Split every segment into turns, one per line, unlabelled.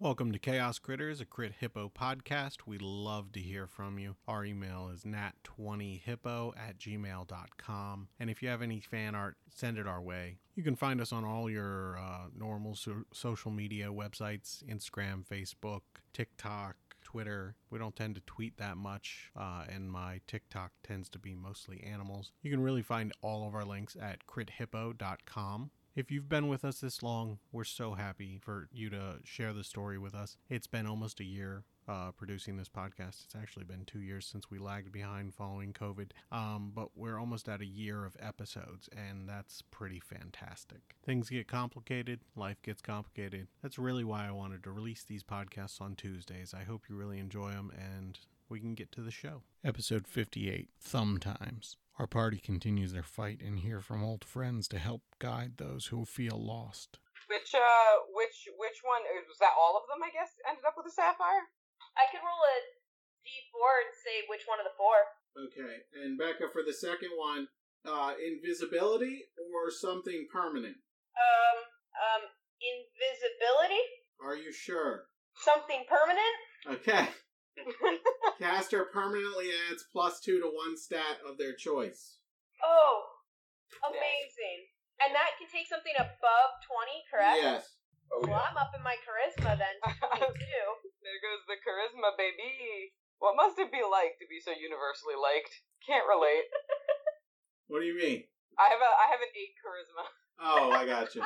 Welcome to Chaos Critters, a Crit Hippo podcast. We love to hear from you. Our email is nat20hippo at gmail.com. And if you have any fan art, send it our way. You can find us on all your uh, normal so- social media websites Instagram, Facebook, TikTok, Twitter. We don't tend to tweet that much, uh, and my TikTok tends to be mostly animals. You can really find all of our links at crithippo.com. If you've been with us this long, we're so happy for you to share the story with us. It's been almost a year uh, producing this podcast. It's actually been two years since we lagged behind following COVID, um, but we're almost at a year of episodes, and that's pretty fantastic. Things get complicated, life gets complicated. That's really why I wanted to release these podcasts on Tuesdays. I hope you really enjoy them, and we can get to the show. Episode 58 Thumb Times. Our party continues their fight and hear from old friends to help guide those who feel lost.
Which uh, which which one uh, was that? All of them, I guess, ended up with a sapphire.
I could roll a d4 and say which one of the four.
Okay, and Becca, for the second one, uh, invisibility or something permanent?
Um, um, invisibility?
Are you sure?
Something permanent?
Okay. Caster permanently adds plus two to one stat of their choice.
Oh, amazing. And that can take something above 20, correct?
Yes.
Oh,
Well, I'm up in my charisma then. too.
there goes the charisma, baby. What must it be like to be so universally liked? Can't relate.
What do you mean?
I have a I have an eight charisma.
Oh, I got you.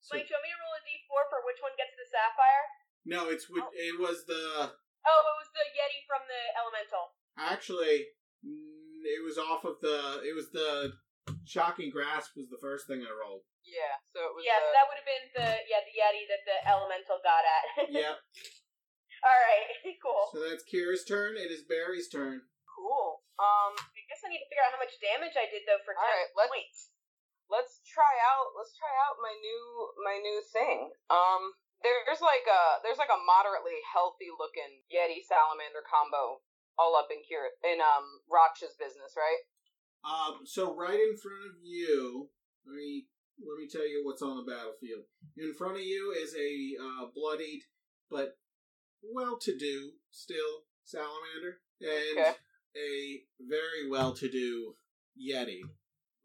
So-
Mike, do you want me to roll a d4 for which one gets the sapphire?
no, it's with- it was the
Oh, it was the Yeti from the Elemental.
actually mm, it was off of the it was the shocking grasp was the first thing I rolled.
yeah. So it was.
Yes,
uh,
that would have been the yeah the Yeti that the Elemental got at.
Yep.
All right, cool.
So that's Kira's turn. It is Barry's turn.
cool. Um,
I guess I need to figure out how much damage I did though for 10
All right, let's-
points.
let's try out. Let's try out my new my new thing. Um, there's like a there's like a moderately healthy looking Yeti salamander combo all up in Kira in um Raksha's business, right?
Um, so right in front of you, let me let me tell you what's on the battlefield. In front of you is a uh, bloodied but well-to-do still salamander and
Okay.
a very well-to-do yeti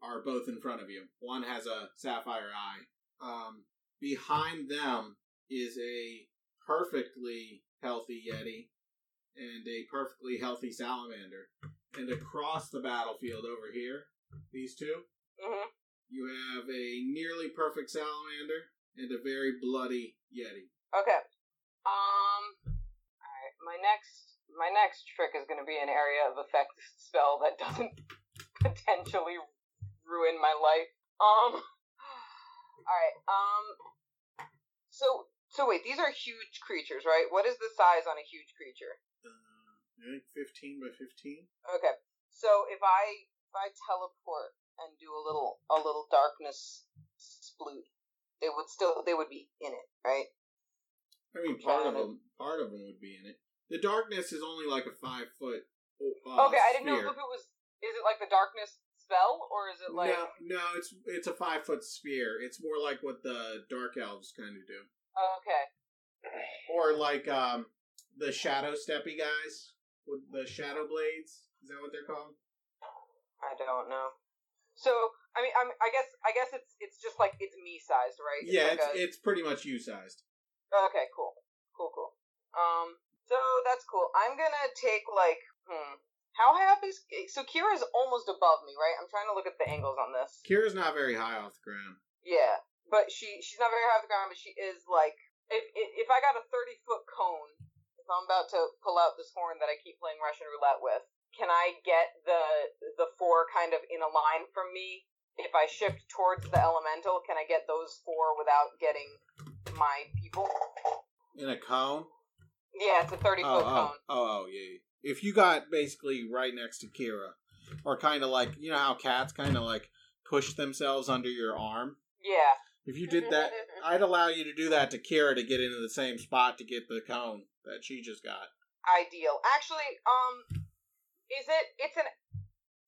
are both in front of you. One has a sapphire eye. Um, behind them is a perfectly healthy yeti and a perfectly healthy salamander. And across the battlefield over here, these two,
Mm-hmm.
you have a nearly perfect salamander and a very bloody yeti.
Okay. Um. All right. My next my next trick is going to be an area of effect spell that doesn't potentially ruin my life. Um. All right. Um. So so wait, these are huge creatures, right? What is the size on a huge creature?
Uh, I think 15 by 15.
Okay. So if I if I teleport and do a little a little darkness sploot, they would still they would be in it, right?
I mean, part of them, part of them would be in it. The darkness is only like a five foot. Uh,
Okay, I didn't know
sphere.
if it was. Is it like the darkness spell, or is it like?
no, no, it's it's a five foot sphere. It's more like what the dark elves kind of do,
oh, Okay,
or like um the shadow steppy guys with the shadow blades. Is that what they're called?
I don't know. So I mean, I'm, I guess I guess it's it's just like it's me sized, right?
yeah,
like
it's
a-
it's pretty much you sized.
Okay, cool, cool, cool. Um, so that's cool. I'm gonna take like, hmm, how high up is? So Kira's almost above me, right? I'm trying to look at the angles on this.
Kira's not very high off the ground.
Yeah, but she she's not very high off the ground, but she is like if if, if I got a thirty foot cone, if I'm about to pull out this horn that I keep playing Russian roulette with, can I get the the four kind of in a line from me? If I shift towards the elemental, can I get those four without getting my people?
In a cone.
Yeah, it's a thirty
Oh,
foot
oh,
cone.
oh, oh, yeah. yeah. If you got basically right next to Kira, or kind of like you know how cats kind of like
push themselves under your arm.
Yeah.
If you did that, I'd allow you to do that to Kira to get into the same spot to get the cone that she just got.
Ideal. Actually, um, is it? It's an.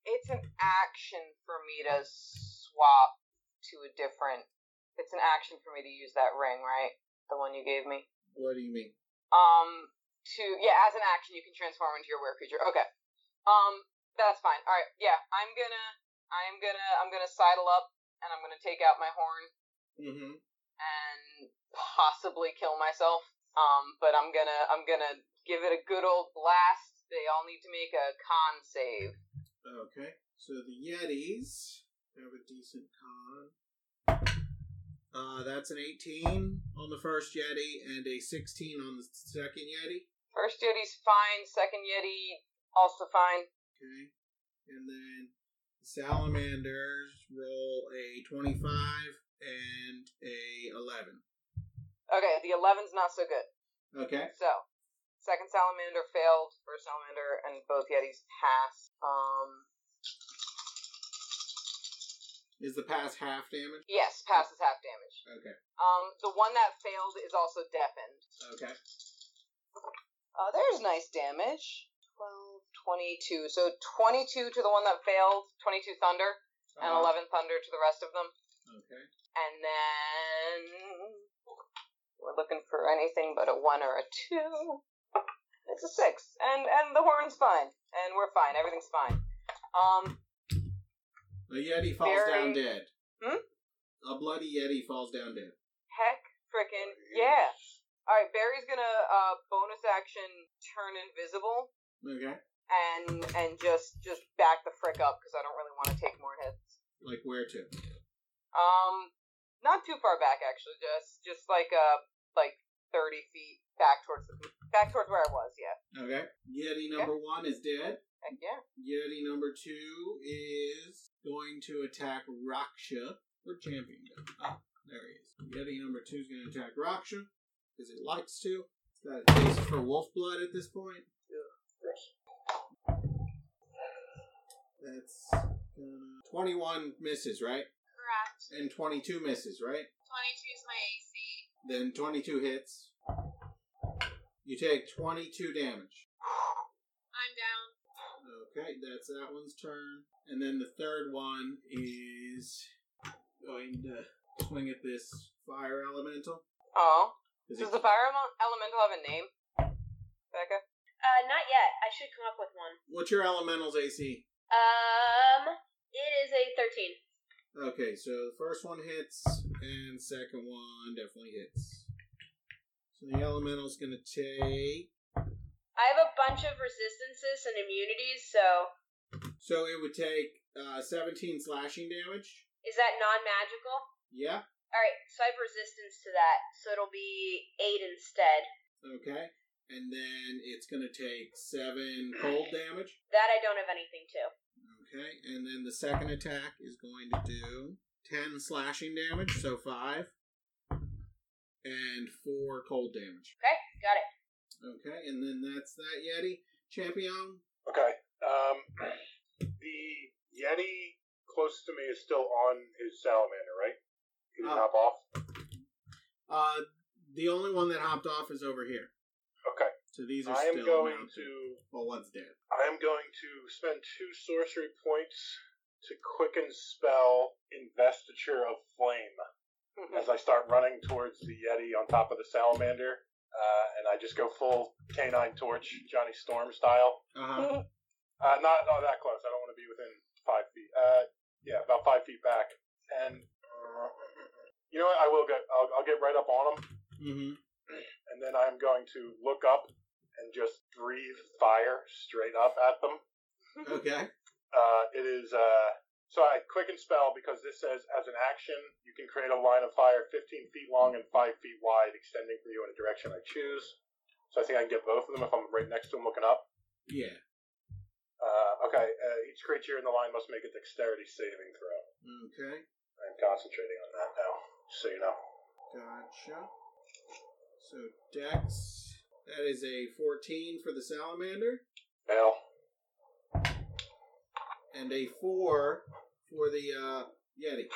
It's an action for me to swap to a different. It's an action for me to use that ring, right? The one you gave me.
What do you mean?
Um, to yeah, as an action, you can transform into your were creature. Okay. Um, that's fine. All right. Yeah, I'm gonna, I'm gonna, I'm gonna sidle up and I'm gonna take out my horn
Mm-hmm.
and possibly kill myself. Um, but I'm gonna, I'm gonna give it a good old blast. They all need to make a con save.
Okay. So the Yetis have a decent con. Uh, that's an 18 on the first Yeti and a 16 on the second Yeti.
First Yeti's fine. Second Yeti also fine.
Okay. And then salamanders roll a 25 and a 11.
Okay, the 11's not so good.
Okay.
So, second salamander failed, first salamander and both yetis passed. Um,
Is the pass half damage?
yes, passes half damage.
Okay.
Um, the one that failed is also deafened.
Okay.
Uh, there's nice damage. 12, 22. So 22 to the one that failed, 22 thunder, and
Uh,
11 thunder to the rest of them.
Okay.
And then we're looking for anything but a 1 or a 2. It's a 6. And and the horn's fine. And we're fine. Everything's fine. Um
A Yeti falls
Very-
down dead.
Hmm?
A bloody Yeti falls down dead.
heck frickin' yeah. All right, Barry's going to uh bonus action turn invisible.
Okay.
and and just just back the frick up because I don't really want to take more hits.
Like where to?
Um, not too far back actually, just just like uh like thirty feet back towards the back towards where I was. Yeah,
Okay. Yeti number one is dead.
Heck yeah.
Yeti number two is going to attack Raksha. Where champion go? Ah, there he is. Yeti number two is going to attack Raksha because it likes to. It's got a taste for wolf blood at this point. That's um, 21 misses, right?
Correct.
And 22 misses, right?
22 is my AC.
Then 22 hits. You take 22 damage.
I'm down.
Okay, that's that one's turn. And then the third one is going to swing at this fire elemental.
Oh,
Is
does
it,
the fire ele- elemental have a name? Becca,
Uh, not yet. I should come up with one.
what's your elemental's AC?
Um, it is a 13.
Okay, so the first one hits, and second one definitely hits. So the elemental's going to take.
I have a bunch of resistances and immunities, so
So it would take uh, 17 slashing damage.
is that non-magical?
Yeah.
All right, so I have resistance to that, so it'll be eight instead.
Okay. And then it's going to take seven cold damage.
That I don't have anything to.
Okay. And then the second attack is going to do 10 slashing damage, so five. And four cold damage.
Okay, got it.
Okay. And then that's that Yeti. Champion.
Okay. Um, the Yeti closest to me is still on his salamander, right? He didn't
Uh.
hop off.
Uh, the only one that hopped off is over here.
Okay.
So these are
I am
still
going
mounted.
to
Well, one's dead.
I am going to spend two sorcery points to quicken spell investiture of flame as I start running towards the Yeti on top of the salamander. Uh, and I just go full canine torch, Johnny Storm style.
Uh huh.
Uh, not oh, that close. I don't want to be within five feet. Uh, yeah, about five feet back. And uh, you know what? I will get. I'll, I'll get right up on him,
Mm-hmm.
and then I am going to look up and just breathe fire straight up at them.
Okay.
Uh, it is. Uh, so I quicken spell because this says as an action you can create a line of fire 15 feet long and 5 feet wide, extending for you in a direction I choose. So I think I can get both of them if I'm right next to him looking up.
Yeah.
Uh, okay, uh, each creature in the line must make a dexterity saving throw.
Okay.
I'm concentrating on that now, so you know.
Gotcha. So Dex, that is a 14 for the salamander,
Fail.
and a 4 for the uh, Yeti.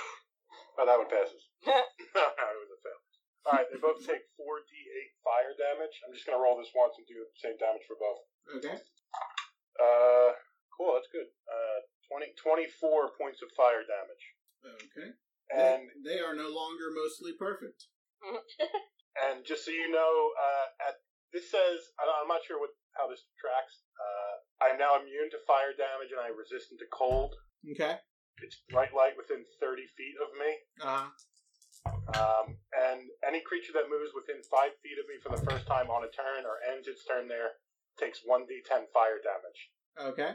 Oh, that one passes. no, no, it was a fail. All right, they both take 4d8 fire damage. I'm just going to roll this once and do the same damage for both.
Okay.
Uh, cool, that's good. Uh, 20, 24 points of fire damage.
Okay.
And
they, they are no longer mostly perfect.
And just so you know, uh, at, this says I- I'm not sure what how this tracks. Uh, I'm now immune to fire damage and I'm resistant to cold.
Okay.
It's bright light within 30 feet of me,
Uh,
um, and any creature that moves within five feet of me for the first time on a turn or ends its turn there takes 1d10 fire damage.
okay.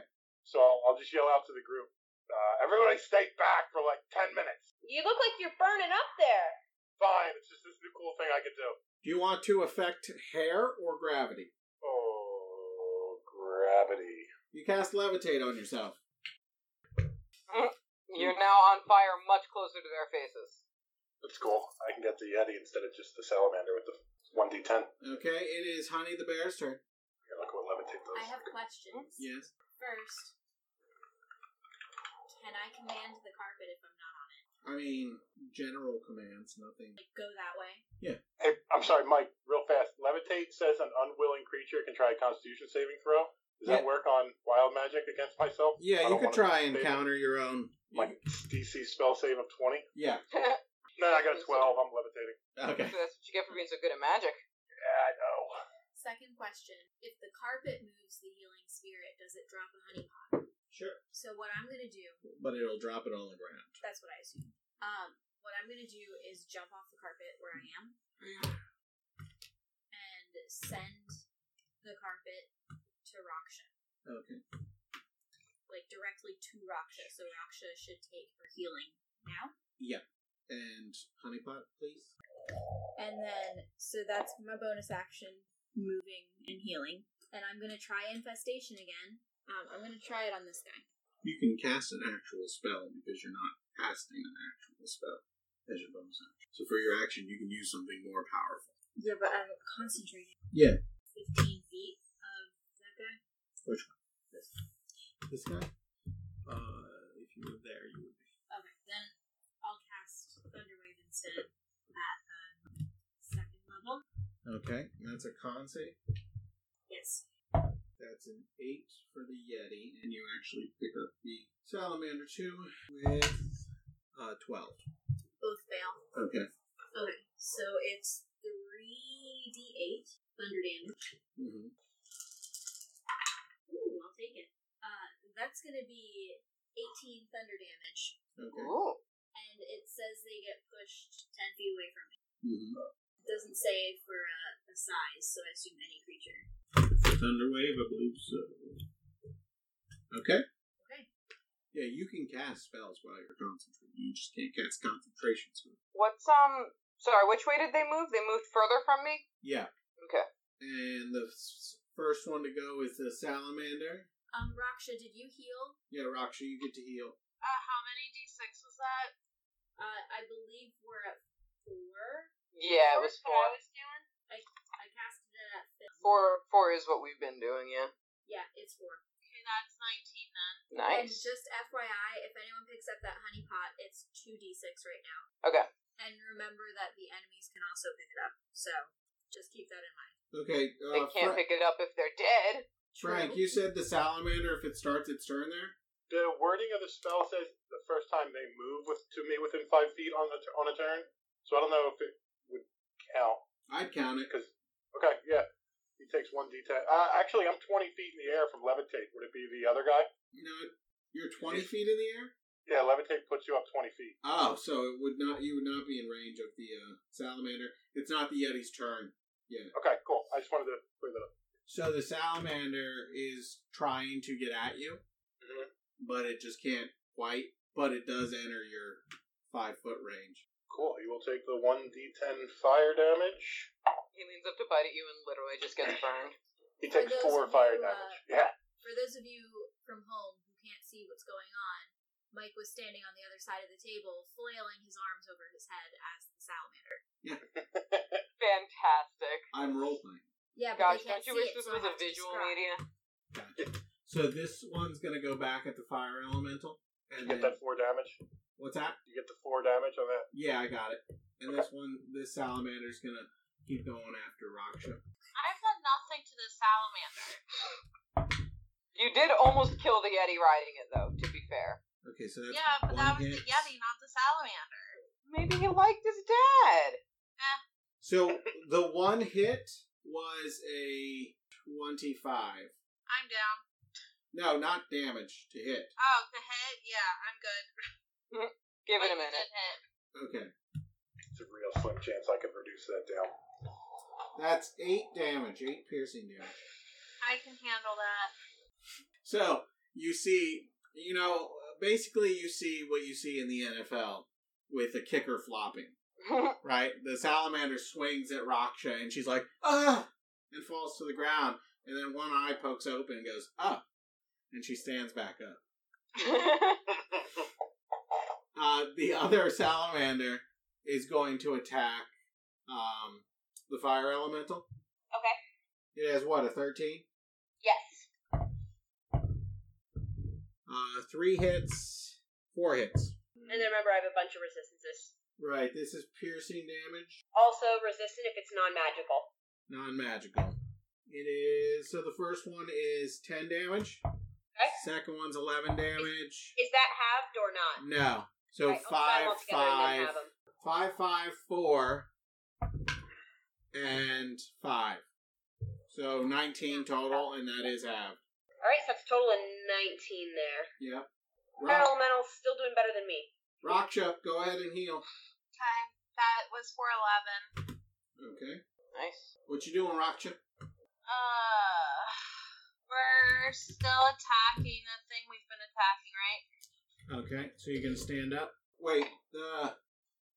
So I'll, I'll just yell out to the group. Uh, everybody stay back for like 10 minutes.
You look like you're burning up there.
Fine, it's just this new cool thing I could do.
Do you want to affect hair or gravity?
Oh, gravity.
You cast levitate on yourself.
You're now on fire much closer to their faces.
That's cool. I can get the Yeti instead of just the salamander with the 1d10. I
Okay, it is Honey the Bear's turn.
gotta look what levitate does.
I have questions.
Yes.
First, can I command the carpet if I'm not on it?
I mean, general commands, nothing.
Like, go that way?
Hey, I'm sorry, Mike, real fast. Levitate says an unwilling creature can try a constitution saving throw. Does
Yeah.
that work on wild magic against myself? I
Yeah, you
don't
could
wanna
try and
save
counter your own.
My DC spell save of 20.
Yeah.
No, I got a 12. I'm levitating.
Okay.
So that's what you get for being so good at magic.
Yeah, I know.
Second question If the carpet moves the healing spirit, does it drop a honey pot?
Sure.
So, what I'm going to do,
But it'll drop it on the ground.
that's what I assume. Um, what I'm going to do is jump off the carpet where I am and send the carpet to Raksha.
Okay.
Like, directly to Raksha. So, Raksha should take her healing now.
And honeypot, please.
And then, so that's my bonus action, moving and healing. And I'm gonna try infestation again. Um, I'm gonna try it on this guy.
You can cast an actual spell because you're not casting an actual spell as your bonus action. So for your action, you can use something more powerful.
Yeah, but I'm concentrating.
Yeah.
15 feet of that guy.
Which one? This. This guy. Uh, if you were there, you would be.
Okay, then I'll cast Thunderwave instead at um, second level.
Okay, that's a con save.
Yes.
That's an eight for the Yeti, and you actually pick up the Salamander two with uh twelve.
Both fail.
Okay.
Okay, so it's 3d8 thunder damage.
Mm-hmm.
Ooh, I'll take it. Uh, that's going to be 18 thunder damage,
Okay.
Ooh.
and it says they get pushed 10 feet away from it.
Mm-hmm.
It doesn't say for a, a size, so I assume any creature.
Thunderwave, I believe so. Okay.
Okay.
Yeah, you can cast spells while you're concentrating. You just can't cast concentration spells.
What's um? Sorry, which way did they move? They moved further from me.
Yeah.
Okay.
And the s- first one to go is the salamander.
Um, Raksha, did you heal?
Yeah, Raksha, you get to heal.
Uh, how many d6 was that?
Uh, I believe we're at four.
Yeah, it was
That's what I
four.
was doing.
I casted it at fifth.
Four, four is what we've been doing. Yeah.
Yeah, it's four.
Okay, that's 19 then.
And
Nice.
just FYI, if anyone picks up that honey pot, it's two d6 right now.
Okay.
And remember that the enemies can also pick it up, so just keep that in mind.
Okay. Uh,
They can't
Fra-
pick it up if they're dead.
Frank, you said the salamander, if it starts its turn there?
The wording of the spell says the first time they move with to me within five feet on a, t- on a turn. So I don't know if it would count.
I'd count it.
Because okay, yeah, he takes one d10. Uh, actually, I'm 20 feet in the air from levitate. Would it be the other guy?
You know, you're 20 feet in the air?
Yeah, levitate puts you up 20 feet.
Oh, so it would not. you would not be in range of the uh, salamander. It's not the Yeti's turn. Yeah.
Okay, cool. I just wanted to clear that up.
So the salamander is trying to get at you,
Mhm.
but it just can't quite. But it does enter your five foot range.
Cool. You will take the one d10 fire damage.
He leans up to bite at you and literally just gets burned.
He
For
takes
those
four
who,
fire
uh,
damage. Yeah.
For those of you from home who can't see what's going on, Mike was standing on the other side of the table, flailing his arms over his head as the salamander.
Fantastic.
I'm role playing.
Yeah, but
Gosh,
they can't
don't you
see
wish
it,
this
so I
was a
have to
visual
describe.
media?
Gotcha. So this one's gonna go back at the fire elemental And
You get
then-
that four damage.
What's that?
You get the four damage on that.
Yeah, I got it. And this one, this salamander's gonna keep going after Raksha.
I've done nothing to this salamander.
You did almost kill the Yeti riding it, though, to be fair.
Okay, so that's
yeah, but
one
that was
hit.
the Yeti, not the salamander.
Maybe he liked his dad.
So the one hit was a twenty-five.
I'm down.
No, not damage to hit.
Oh, the hit? Yeah, I'm good.
Give it a
Wait,
minute.
did hit.
Okay,
It's a real slim chance I can reduce that down.
that's eight damage, eight piercing damage.
I can handle that.
So you see, you know, basically you see what you see in the NFL with a kicker flopping. right? The salamander swings at Raksha and she's like, ah, and falls to the ground. And then one eye pokes open and goes, ah, and she stands back up. Uh, the other salamander is going to attack um, the fire elemental.
Okay.
It has what, a 13?
Yes.
Uh, three hits, four hits.
And then remember, I have a bunch of resistances.
Right, this is piercing damage,
Also resistant if it's non-magical.
non magical. It is, so the first one is 10 damage.
Okay.
Second one's 11 damage.
Is that halved or not?
No. So
Right, I'll
five,
combine all together and then
five,
have 'em.
five, five, four, and five. So nineteen total, and that is halved.
All right, so that's a total of nineteen there.
Yep.
Fire
Rock,
elemental's still doing better than me.
Raksha, go ahead and heal.
Okay, that was for 11.
Okay.
nice.
What you doing, Raksha?
Uh, we're still attacking the thing we've been attacking, right?
Okay. So you're gonna stand up. Wait. The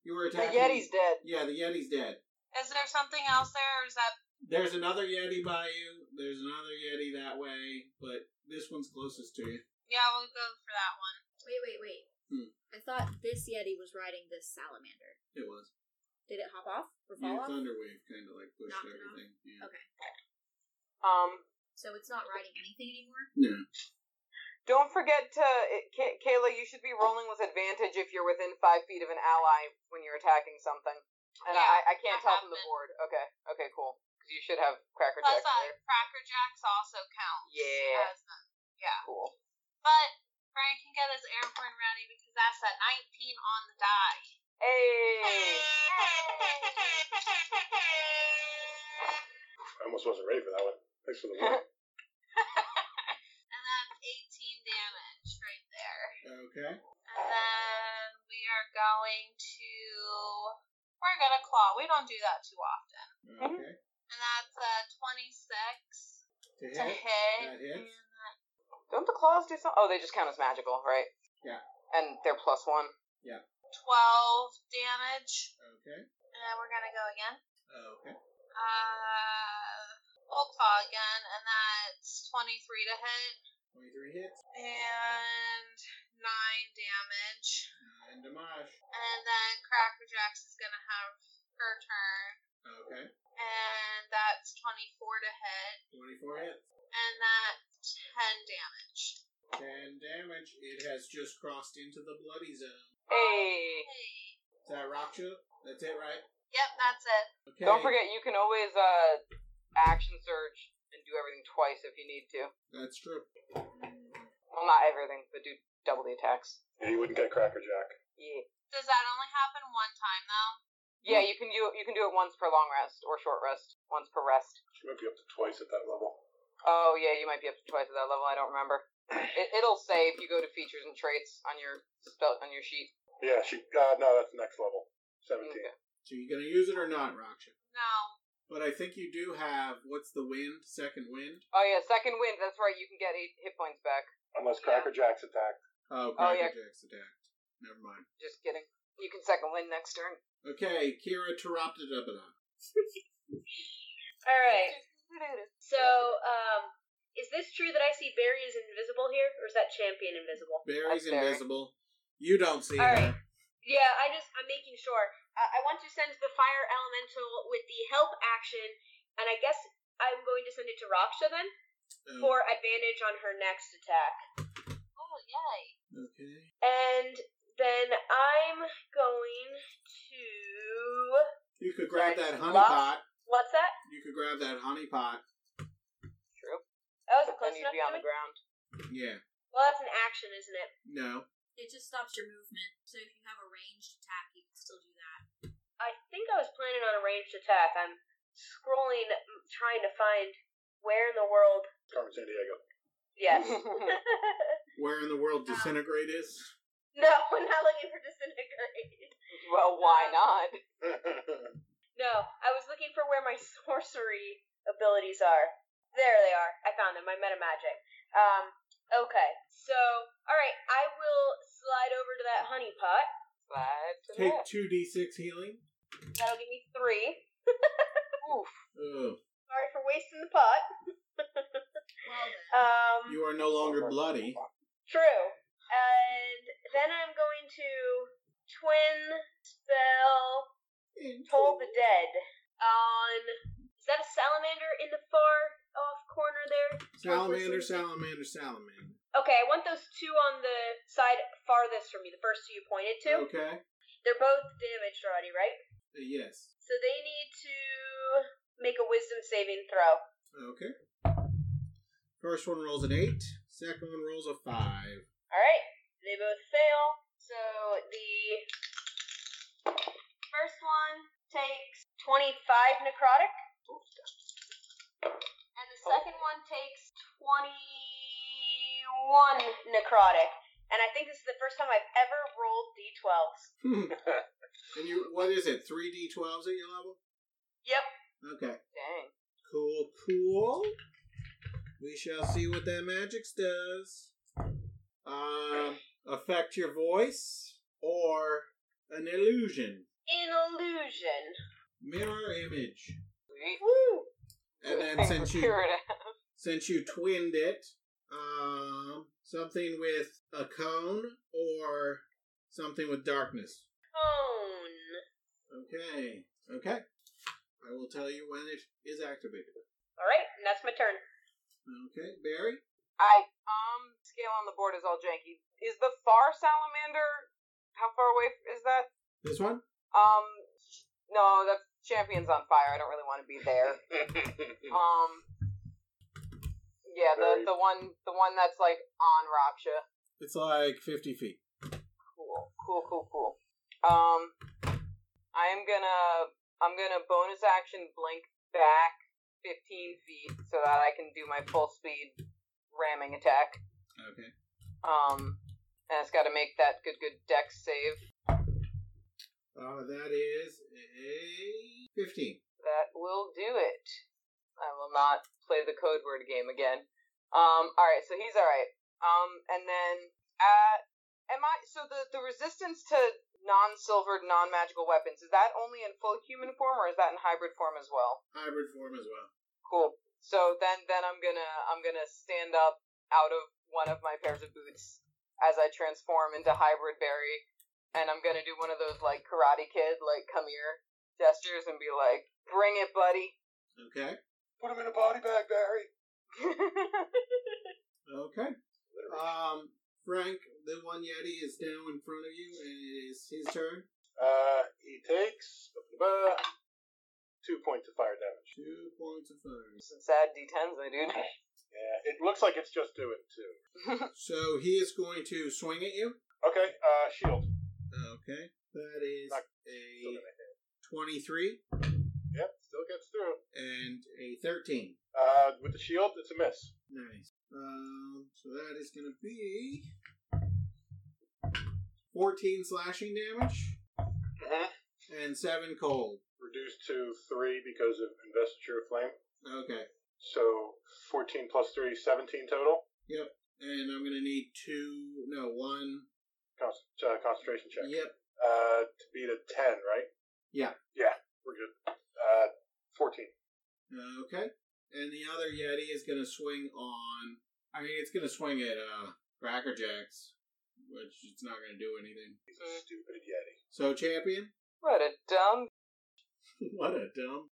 you were
The
attacking.
Yeti's dead.
Yeah, the Yeti's dead.
Is there something else there, or is that
There's another Yeti by you. There's another Yeti that way, but this one's closest to you.
Yeah, we'll go for that one.
Wait, wait, wait.
Hmm.
I thought this Yeti was riding this salamander.
It was.
Did it hop off or
Yeah,
fall off?
Thunderwave kind of like pushed
Knocked it off?
everything. Yeah.
Um,
So it's not riding anything anymore?
No.
don't forget to, it, Kay- Kayla, you should be rolling with advantage if you're within five feet of an ally when you're attacking something. And
Yeah,
I, I can't
I
tell
have
from the
been.
board. Okay, okay, cool. Because you should have Cracker
Plus,
Jack
uh,
there.
Cracker Jacks also count.
Yeah.
As them. Yeah.
Cool.
But Brian can get his airborne ready because that's at 19 on the die.
Hey!
I almost wasn't ready for that one. Thanks for the one.
And that's 18 damage right there.
Okay.
And then we are going to. We're gonna claw. We don't do that too often.
Okay.
And that's a 26
To
to
hit.
hit.
That hits.
And
Don't the claws do something? Oh, they just count as magical, right?
Yeah.
And they're plus one.
12 damage.
Okay.
And then we're gonna go again.
Okay.
Uh, Old Claw again, and that's 23 to hit,
Twenty-three hits.
and 9 damage.
Nine damage.
And then Cracker Jacks is gonna have her turn,
Okay.
and that's 24 to hit,
Twenty-four hits.
and that's 10 damage.
Ten damage. It has just crossed into the bloody zone.
Hey!
Hey.
Is that Raksha? That's it, right?
Yep, that's it.
Okay.
Don't forget, you can always uh, action surge and do everything twice if you need to.
That's true.
Well, not everything, but do double the attacks.
Yeah, you wouldn't get Cracker Jack.
Yeah.
Does that only happen one time though?
Yeah, you can do you can do it once per long rest or short rest, once per rest.
She might be up to twice at that level.
Oh yeah, you might be up to twice at that level. I don't remember. It, it'll say if you go to features and traits on your spell on your sheet.
Yeah, she. Uh, no, that's next level. Seventeen.
Okay.
So you're gonna use it or not, Raksha?
No.
But I think you do have what's the wind? Second wind.
Oh yeah, second wind. That's right. You can get eight hit points back.
Unless Cracker Jack's attacked.
Oh,
Oh, yeah.
Jack's attacked. Never mind.
Just kidding. You can second wind next turn.
Okay, Kira Teroptodabada.
All right. So, um, is this true that I see Barry is invisible here, or is that Champion invisible?
Barry's
That's Barry.
invisible. You don't see
All
her.
right. Yeah, I just I'm making sure. Uh, I want to send the fire elemental with the help action, and I guess I'm going to send it to Raksha then
Oh,
for advantage on her next attack.
Oh, yay.
Okay.
And then I'm going to.
You could grab
Sorry,
that honey
love?
pot.
What's that?
You could grab that honey pot.
True.
That was
Then
close
you'd
enough.
be on
to
the
me?
ground.
Yeah.
Well, that's an action, isn't it?
No.
It just stops your movement. So if you have a ranged attack, you can still do that.
I think I was planning on a ranged attack. I'm scrolling, m- trying to find where in the world.
Carmen San Diego.
Yes.
Where in the world disintegrate is?
no, I'm not looking for disintegrate.
well, why not?
No, I was looking for where my sorcery abilities are. There they are. I found them. My meta magic. Um, okay. So, all right, I will slide over to that honey pot.
Glad to
Take
know.
two d six healing.
That'll give me three.
Oof.
Ugh.
Sorry for wasting the pot.
Well then.
Um,
You are no longer bloody.
True. And then I'm going to twin spell Toll the Dead on. Is that a salamander in the far off corner there?
Salamander, salamander, salamander.
Okay, I want those two on the side farthest from me, the first two you pointed to.
Okay.
They're both damaged already, right?
Uh, Yes.
So they need to make a wisdom saving throw.
Okay. First one rolls an eight. Second one rolls a five.
Alright, they both fail. So the first one takes 25 necrotic. And the second one takes 21 necrotic. And I think this is the first time I've ever rolled d12s.
Hmm. and you, what is it? Three d twelves at your level?
Yep.
Okay.
Dang.
Cool, cool. We shall see what that magics does. Um, affect your voice or an illusion,
An illusion.
mirror image.
Sweet.
Woo!
And then
Thanks
since
for
you
curing it.
since you twinned it, um, something with a cone or something with darkness.
Cone.
Okay, okay. I will tell you when it is activated.
Alright, and that's my turn.
Okay, Barry.
I um scale on the board is all janky. Is the far salamander? How far away is that?
This one.
Um, no, that's champions on fire. I don't really want to be there. Um, yeah, the
Very-
the one the one that's like on Raksha.
It's like fifty feet.
Cool, cool, cool, cool. Um, I am gonna I'm gonna bonus action blink back 15 feet so that I can do my full speed ramming attack.
Okay.
Um, and it's got to make that good good dex save.
Uh, that is a 15.
That will do it. I will not play the code word game again. Um, all right, so he's all right. Um, and then uh, am I? So the the resistance to non-silvered, non-magical weapons is that only in full human form, or is that in hybrid form as well?
Hybrid form as well.
Cool. So then then I'm gonna I'm gonna stand up out of one of my pairs of boots as I transform into hybrid berry, and I'm gonna do one of those like Karate Kid like come here gestures and be like, bring it, buddy.
Okay.
Put him in a body bag, Barry.
Okay. Um, Frank, the one Yeti is now in front of you, and it is his turn.
Uh, he takes uh, two points of fire damage.
Two points of fire.
Some sad D10s, my dude.
Yeah, it looks like it's just doing two.
So he is going to swing at you.
Okay, uh, shield.
Okay. That is
Knock.
a
Still gonna hit.
23
Yep, still gets through.
and a 13.
Uh, with the shield, it's a miss.
Nice. Um, so that is going to be 14 slashing damage
Uh-huh.
and 7 cold.
Reduced to three because of investiture of flame.
Okay.
So 14 plus 3, 17 total.
And I'm gonna need two, no, one.
Con- uh, concentration check.
Yep.
Uh, to beat a 10, right?
Yeah.
Yeah, we're good. Uh, 14.
Okay. And the other Yeti is gonna swing on. I mean, it's gonna swing at uh Cracker Jacks, which it's not gonna do anything.
He's a stupid Yeti.
So champion,
what a dumb.
what a dumb.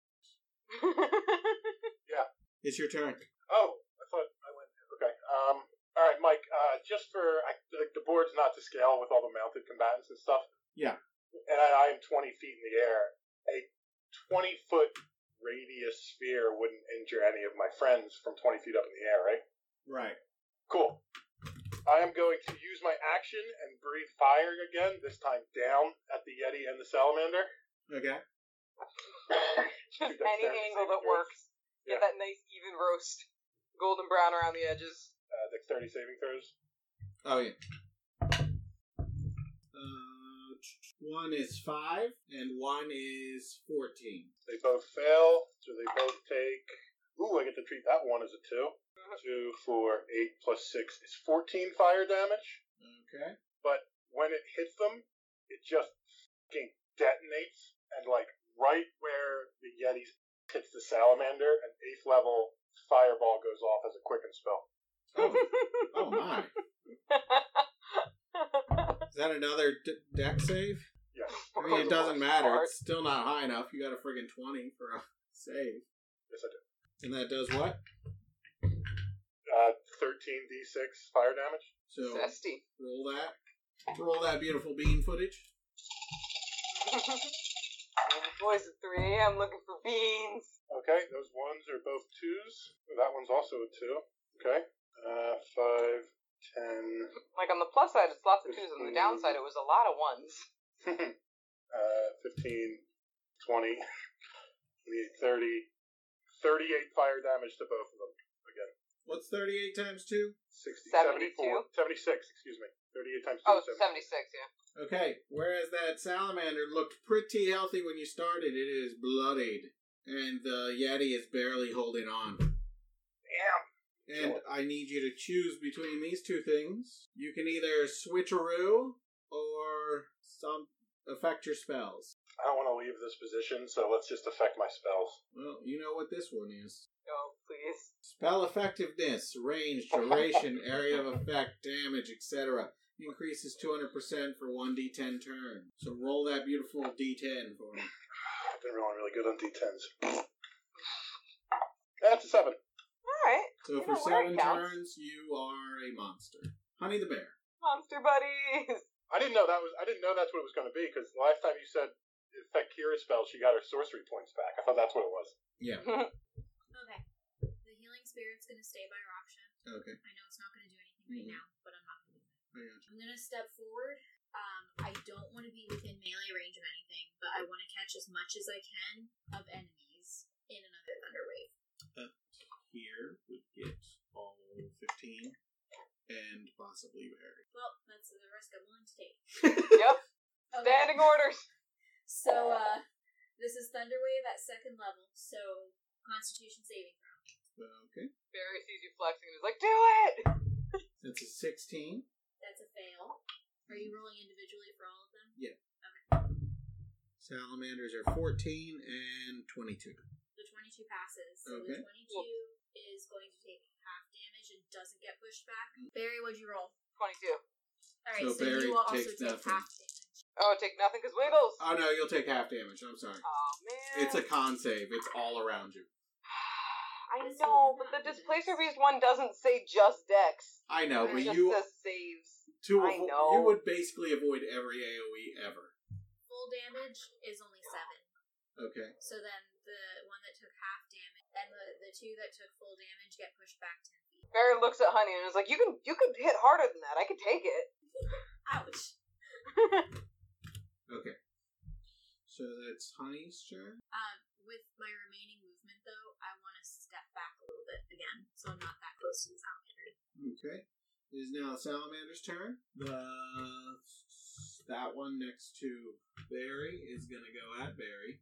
It's your turn.
Oh, I thought I went. Okay. Um, All right, Mike. Uh, just for I, the, the board's not to scale with all the mounted combatants and stuff.
Yeah.
And I, I am twenty feet in the air. A twenty foot radius sphere wouldn't injure any of my friends from twenty feet up in the air, right?
Right.
Cool. I am going to use my action and breathe fire again. This time down at the yeti and the salamander.
Okay.
Just
Dude, that's
any
terrible.
angle that
Saving
works.
Yeah.
Get that nice even roast, golden brown around the edges.
Uh, dexterity saving throws.
Oh yeah. Uh, one is five and one is fourteen.
They both fail, so they both take. Ooh, I get to treat that one as a two. Two, four, eight plus six is fourteen fire damage.
Okay.
When it hits them, it just fucking detonates, and like right where the Yeti hits the salamander, an eighth level fireball goes off as a quicken spell.
Oh, oh my! Is that another d- deck save?
Yes,
I mean, it doesn't matter.
Fart.
It's still not high enough. You got a friggin' twenty for a save,
yes I do.
and that does what?
Uh, thirteen d6 fire damage.
So
Zesty.
roll that. Roll that beautiful bean footage.
And the boys at 3 a.m. looking for beans.
Okay, those ones are both twos. That one's also a two. Okay. Uh, five, ten,
Like on the plus side, it's lots of twos. On the downside, it was a lot of ones.
uh, 15, 20, 30, 38 fire damage to both of them. Again,
What's thirty-eight times two?
60,
72?
74, 76, excuse me. 38 times 2
Oh,
is 70.
76, yeah.
Okay, whereas that salamander looked pretty healthy when you started, it is bloodied. And the Yeti is barely holding on.
Damn.
And I need you to choose between these two things. You can either switcheroo or some affect your spells.
I don't want to leave this position, so let's just affect my spells.
Well, you know what this one is.
Oh, please.
Spell effectiveness, range, duration, area of effect, damage, etc. Increases 200% for 1d10 turn. So roll that beautiful d10 for me.
I've been rolling really good on d10s. That's a 7.
Alright.
So
You
for
know where it
seven
counts.
turns, you are a monster. Honey the bear.
Monster buddies.
I didn't know that was. I didn't know that's what it was going to be because last time you said affect Kira's spell, she got her sorcery points back. I thought that's what it was.
Yeah.
Okay. The healing spirit's gonna stay by Raksha.
Okay.
I know it's not gonna do anything right
Mhm.
now, but I'm not gonna do it.
I got
I'm gonna step forward. Um, I don't want to be within melee range of anything, but I want to catch as much as I can of enemies in another thunder wave.
you. Here would get all fifteen and possibly Barry.
Well, that's the risk I'm willing to take.
Yep.
Okay.
Standing orders.
So, uh, this is thunder wave at second level. So, Constitution saving throw.
Okay.
Barry sees you flexing and is like, do it!
That's a sixteen.
That's a fail. Are
Mm-hmm.
you rolling individually for all of them?
Salamanders are fourteen and twenty-two.
The 22 passes. So
Okay.
the 22 is going to take half damage and doesn't get pushed back. Barry, what'd you roll?
22.
All right,
So
so,
Mm. Barry
you will also
takes
take
nothing.
half damage.
Oh, take nothing because Wiggles.
Oh no, you'll take half damage. I'm sorry.
oh, man.
It's a con save. It's all around you.
I know, but the displacer beast one doesn't say just dex.
I know,
it just
but Uh, you
says saves.
to
I
avo-
know.
you would basically avoid every AOE ever.
Full damage is only seven.
Okay.
So then the one that took half damage and the, the two that took full damage get pushed back 10 feet.
Barry looks at Honey and is like, "You can, you can hit harder than that. I can take it."
Ouch.
Okay. So that's Honey's turn.
Um, with my remaining movement, though, I want to step back a little bit again, so I'm not that close to the salamander.
Okay. It is now the salamander's turn. The that one next to Barry is gonna go at Barry.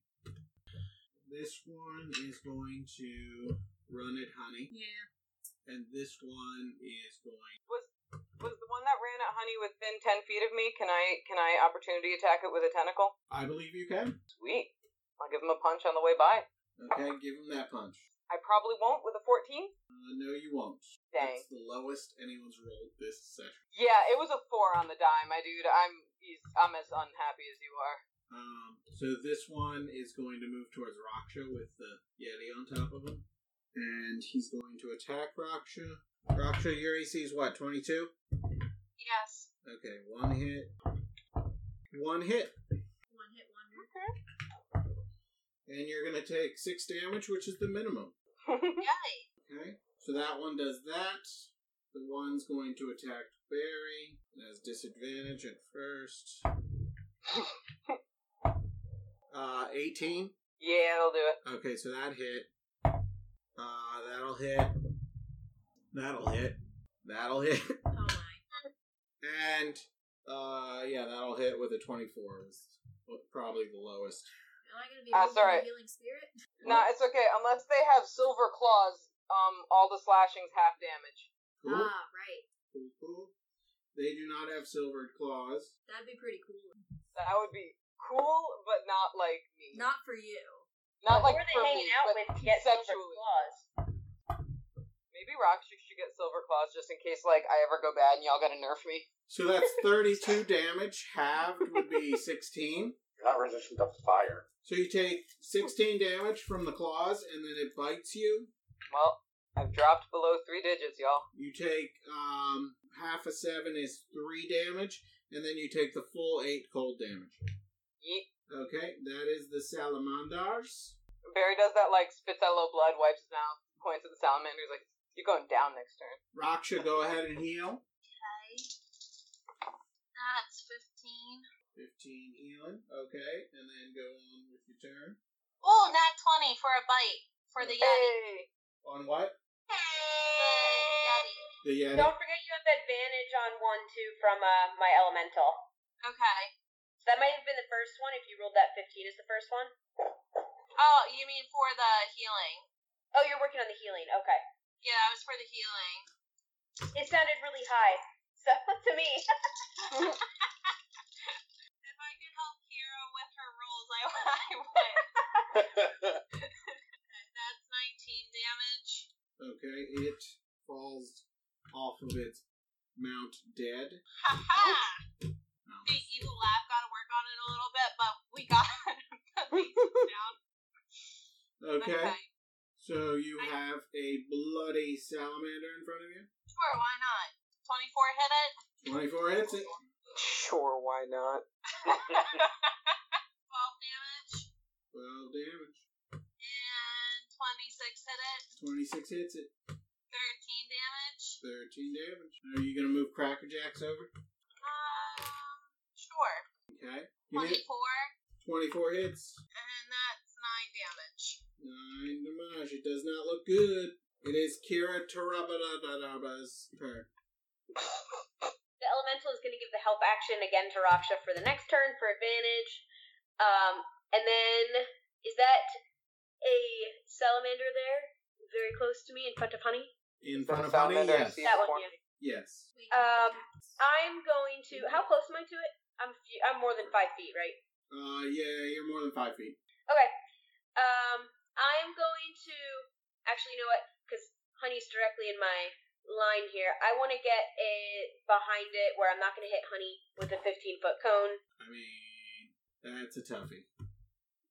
This one is going to run at Honey,
Yeah.
and this one is going.
Was the one that ran at Honey within ten feet of me? Can I, can I opportunity attack it with a tentacle?
I believe you can.
Sweet. I'll give him a punch on the way by.
Okay, give him that punch.
I probably won't with a fourteen.
Uh, no, you won't.
Dang.
That's the lowest anyone's rolled this session.
Yeah, it was a four on the die, my dude. I'm, he's, I'm as unhappy as you are.
Um, so this one is going to move towards Raksha with the Yeti on top of him, and he's going to attack Raksha. Raksha, your AC is what? Twenty-two.
Yes.
Okay, one hit. One hit,
One hit wonder.
and you're gonna take six damage, which is the minimum.
Yay.
Okay, so that one does that. The one's going to attack Barry. It has disadvantage at first. Uh, 18.
yeah, that'll do it.
Okay, so that hit. Uh, that'll hit. That'll hit. That'll hit.
Oh my.
And, uh, yeah, that'll hit with a 24. Was probably the lowest.
Am I gonna be
That's
That's
all right.
healing spirit?
No, it's okay. Unless they have silver claws, um, all the slashings half damage.
Cool.
Ah, right.
Cool, cool. They do not have silvered claws.
That'd be pretty cool.
That would be cool, but not like me.
Not for you.
Not
Who
like
are they
for
hanging
me,
out
but
with to get silver
conceptually.
claws?
Maybe Raksha should get silver claws just in case, like, I ever go bad and y'all gotta nerf me.
So that's 32 damage. Halved would be 16.
You're not resistant to fire.
So you take 16 damage from the claws, and then it bites you.
Well, I've dropped below three digits, y'all.
You take um, half a seven is three damage, and then you take the full eight cold damage.
Yeet.
Okay, that is the salamanders.
Barry does that, like, spits out a little blood, wipes his mouth, points at the salamander. He's like, you're going down next turn.
Raksha, go ahead and heal.
Okay. That's 15.
15 healing. Okay, and then go on with your turn.
Oh, not 20 for a bite for the Yeti.
Hey!
On what?
Yeti.
The Yeti.
Don't forget you have advantage on one too from uh, my elemental.
Okay.
So that might have been the first one if you rolled that fifteen as the first one.
Oh, you mean for the healing?
Oh, you're working on the healing. Okay.
Yeah, that was for the healing.
It sounded really high. So to me,
If I could help Kira with her rolls, I, I would. That's 19 damage.
Okay, it falls off of its mount dead.
Haha!
Um,
The evil laugh got to work on it a little bit, but we got the pieces down.
okay, so you have a bloody salamander in front of you.
Sure, why not? 24 hit it?
24 hits it.
Sure, why not?
12 damage.
12 damage.
And 26 hit it.
26 hits it.
13 damage.
13 damage. Are you going to move Cracker Jacks over?
Um, sure.
Okay. You
24.
hit 24 hits.
And that's 9 damage.
9 damage. It does not look good. It is Kira Tarabadadaba's turn.
the elemental is going to give the help action again to Raksha for the next turn for advantage. Um, and then is that a salamander there, very close to me in front of Honey?
In
So
front of
the
Honey?
salamander
Yes.
sees
That one,
one-
yeah.
Yes.
Wait, no,
Um,
attacks.
I'm going to. How close am I to it? I'm a few, I'm more than five feet, right?
Uh, yeah, you're more than 5 feet.
Okay. Um, I'm going to actually, you know what? Because Honey's directly in my line here. I want to get it behind it where I'm not going to hit Honey with a 15 foot cone.
I mean, that's a toughie.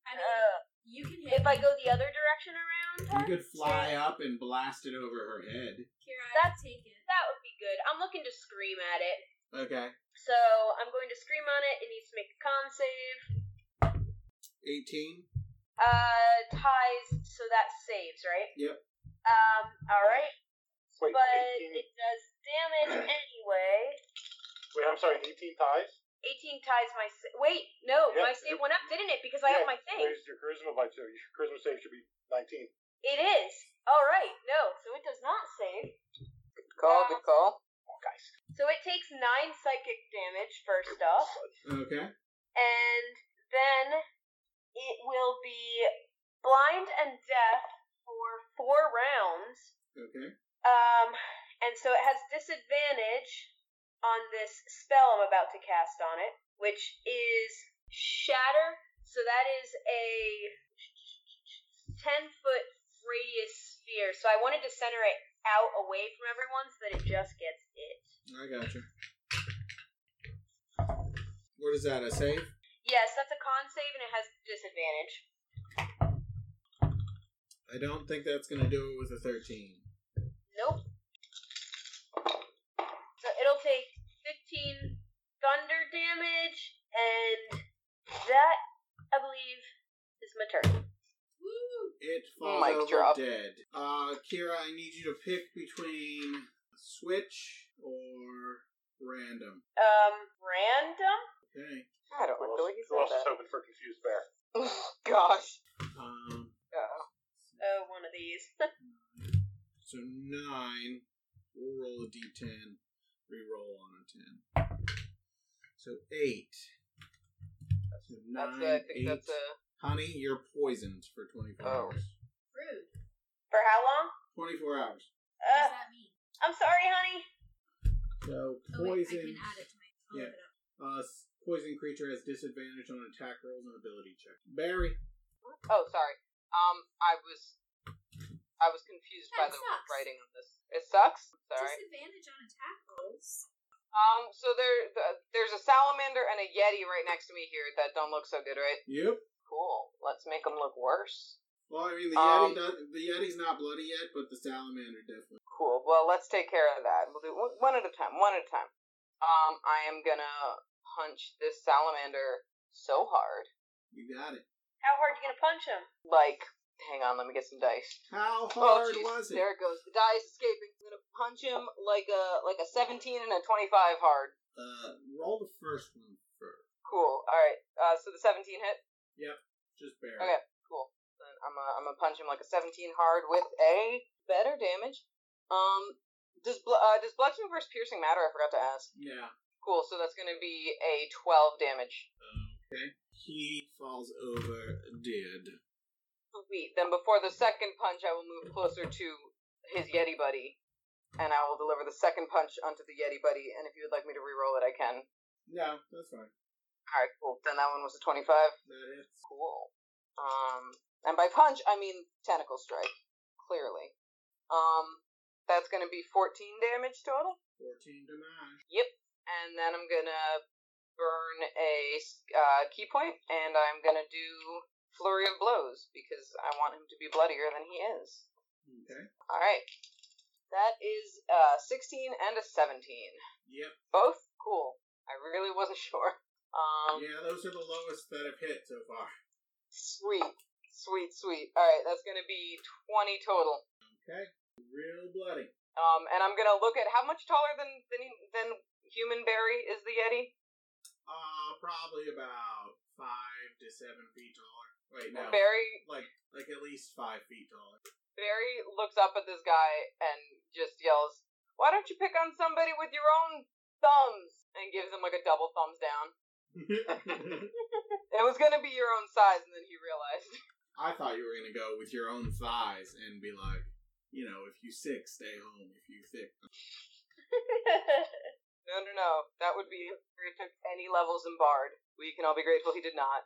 I mean,
Uh,
you can hit.
if I go the other direction around,
You could fly up and blast it over her head.
Kira,
That's-
I take it.
that would be good. I'm looking to scream at it,
Okay.
so I'm going to scream on it. It needs to make a con save.
18.
Uh, ties, so that saves, right?
Yep.
Um, all right.
Wait,
but
18
it does damage anyway.
wait, I'm sorry, 18 ties?
18 ties my sa- wait, no,
Yeah,
my save
it-
went up, didn't it? Because I have my thing.
Raised your charisma by two. Your charisma save should be 19.
It is all right. No, so it does not save.
Good call, good call.
Oh, Guys.
So it takes nine psychic damage first off,
Okay.
and then it will be blind and deaf for four rounds.
Okay.
Um, and so it has disadvantage on this spell I'm about to cast on it, which is Shatter. So that is a 10 foot radius sphere. So I wanted to center it out away from everyone so that it just gets it.
I gotcha. What is that, a save?
Yes, that's a con save and it has disadvantage.
I don't think that's going to do it with a 13.
Nope. So it'll take 15 thunder damage, and that, I believe, is my turn.
It falls
Mic
over
drop.
dead. Uh, Kira, I need you to pick between Switch or Random.
Um, random?
Okay.
I don't like the way you
Who
said
else is
that.
hoping for Confused Bear?
Gosh.
Um,
Uh,
Oh, one of these.
so 9. We'll roll a d10. Reroll on a 10. So 8. So
that's
9,
a, I think
eight.
that's a.
Honey, you're poisoned for 24
Oh.
hours.
Rude.
For how long?
24 hours.
What does
Uh,
that mean?
I'm sorry, honey.
So
Oh, wait, I
poison.
can add it to my. I'll
Yeah.
look it
Uh,
up.
s- poison creature has disadvantage on attack rolls and ability checks. Barry.
Oh, sorry. Um, I was, I was confused by
That
the
sucks.
writing on this. It sucks. Sorry.
Disadvantage on attack rolls.
Um, so there, the, there's a salamander and a yeti right next to me here that don't look so good, right?
Yep.
Cool. Let's make them look worse.
Well, I mean the
Um,
yeti. Does, the yeti's not bloody yet, but the salamander definitely.
Cool. Well, let's take care of that. We'll do one- one at a time. One at a time. Um, I am gonna punch this salamander so hard.
You got it.
How hard you gonna punch him?
Like, hang on, let me get some dice.
How
Oh,
hard
jeez,
was it?
There it goes. The die is escaping. I'm gonna punch him like a like a 17 and a 25 hard.
Uh, roll the first one first.
Cool. All right. Uh, so the 17 hit.
Just Barry.
Okay. Cool. Then I'm gonna I'm gonna punch him like a 17 hard with a better damage. Um, does bl- uh, does bludgeoning versus piercing matter? I forgot to ask.
Yeah.
Cool. So that's gonna be a 12 damage.
Okay. He falls over dead.
Sweet. Then before the second punch, I will move closer to his Yeti buddy, and I will deliver the second punch onto the Yeti buddy. And if you would like me to re-roll it, I can.
No, that's fine.
All right. Cool. Then that one was a 25.
That is.
Cool. Um, and by punch, I mean tentacle strike, clearly. Um, that's gonna be 14 damage total,
14 damage.
and then I'm gonna burn a uh, key point, and I'm gonna do flurry of blows because I want him to be bloodier than he is.
Okay.
All right, that is uh 16 and a 17.
Yep.
Both cool. I really wasn't sure. Um,
yeah, those are the lowest that have hit so far.
sweet, sweet, sweet. All right, that's gonna be 20 total.
Okay. Real bloody.
Um, and I'm gonna look at how much taller than than than human Barry is the Yeti.
Uh, probably about five to seven feet taller. Wait, no,
Barry
like like at least five feet taller.
Barry looks up at this guy and just yells, "Why don't you pick on somebody with your own thumbs?" And gives him like a double thumbs down. It was gonna be your own size, and then he realized.
I thought you were gonna go with your own thighs and be like, you know, if you sick, stay home. If you thick,
No, no, no. That would be if he took any levels in Bard. We can all be grateful he did not.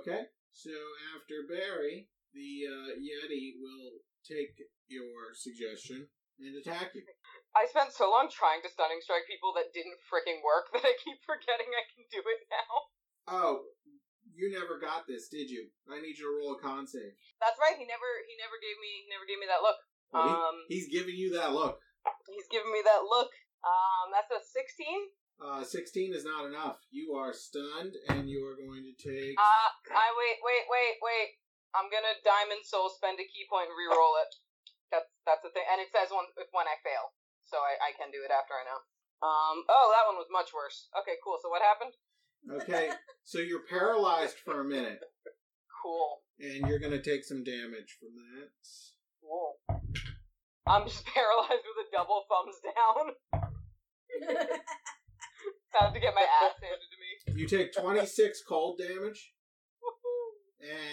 okay. So after Barry, the uh, Yeti will take your suggestion and attack you.
I spent so long trying to stunning strike people that didn't freaking work that I keep forgetting I can do it now.
Oh, you never got this, did you? I need you to roll a con save.
That's right. He never he never gave me he never gave me that look.
Oh, he-
Um,
he's giving you that look.
He's giving me that look. Um, that's a 16.
Uh, 16 is not enough. You are stunned, and you are going to take.
Uh, I wait, wait, wait, wait. I'm gonna diamond soul spend a key point and re-roll it. That's that's the thing, and it says one if one I fail, so I, I can do it after I know. Um, oh, that one was much worse. Okay, cool. So what happened?
Okay, so you're paralyzed for a minute,
Cool,
and you're going to take some damage from that.
cool. I'm just paralyzed with a double thumbs down. Time to get my ass handed to me.
You take 26 cold damage,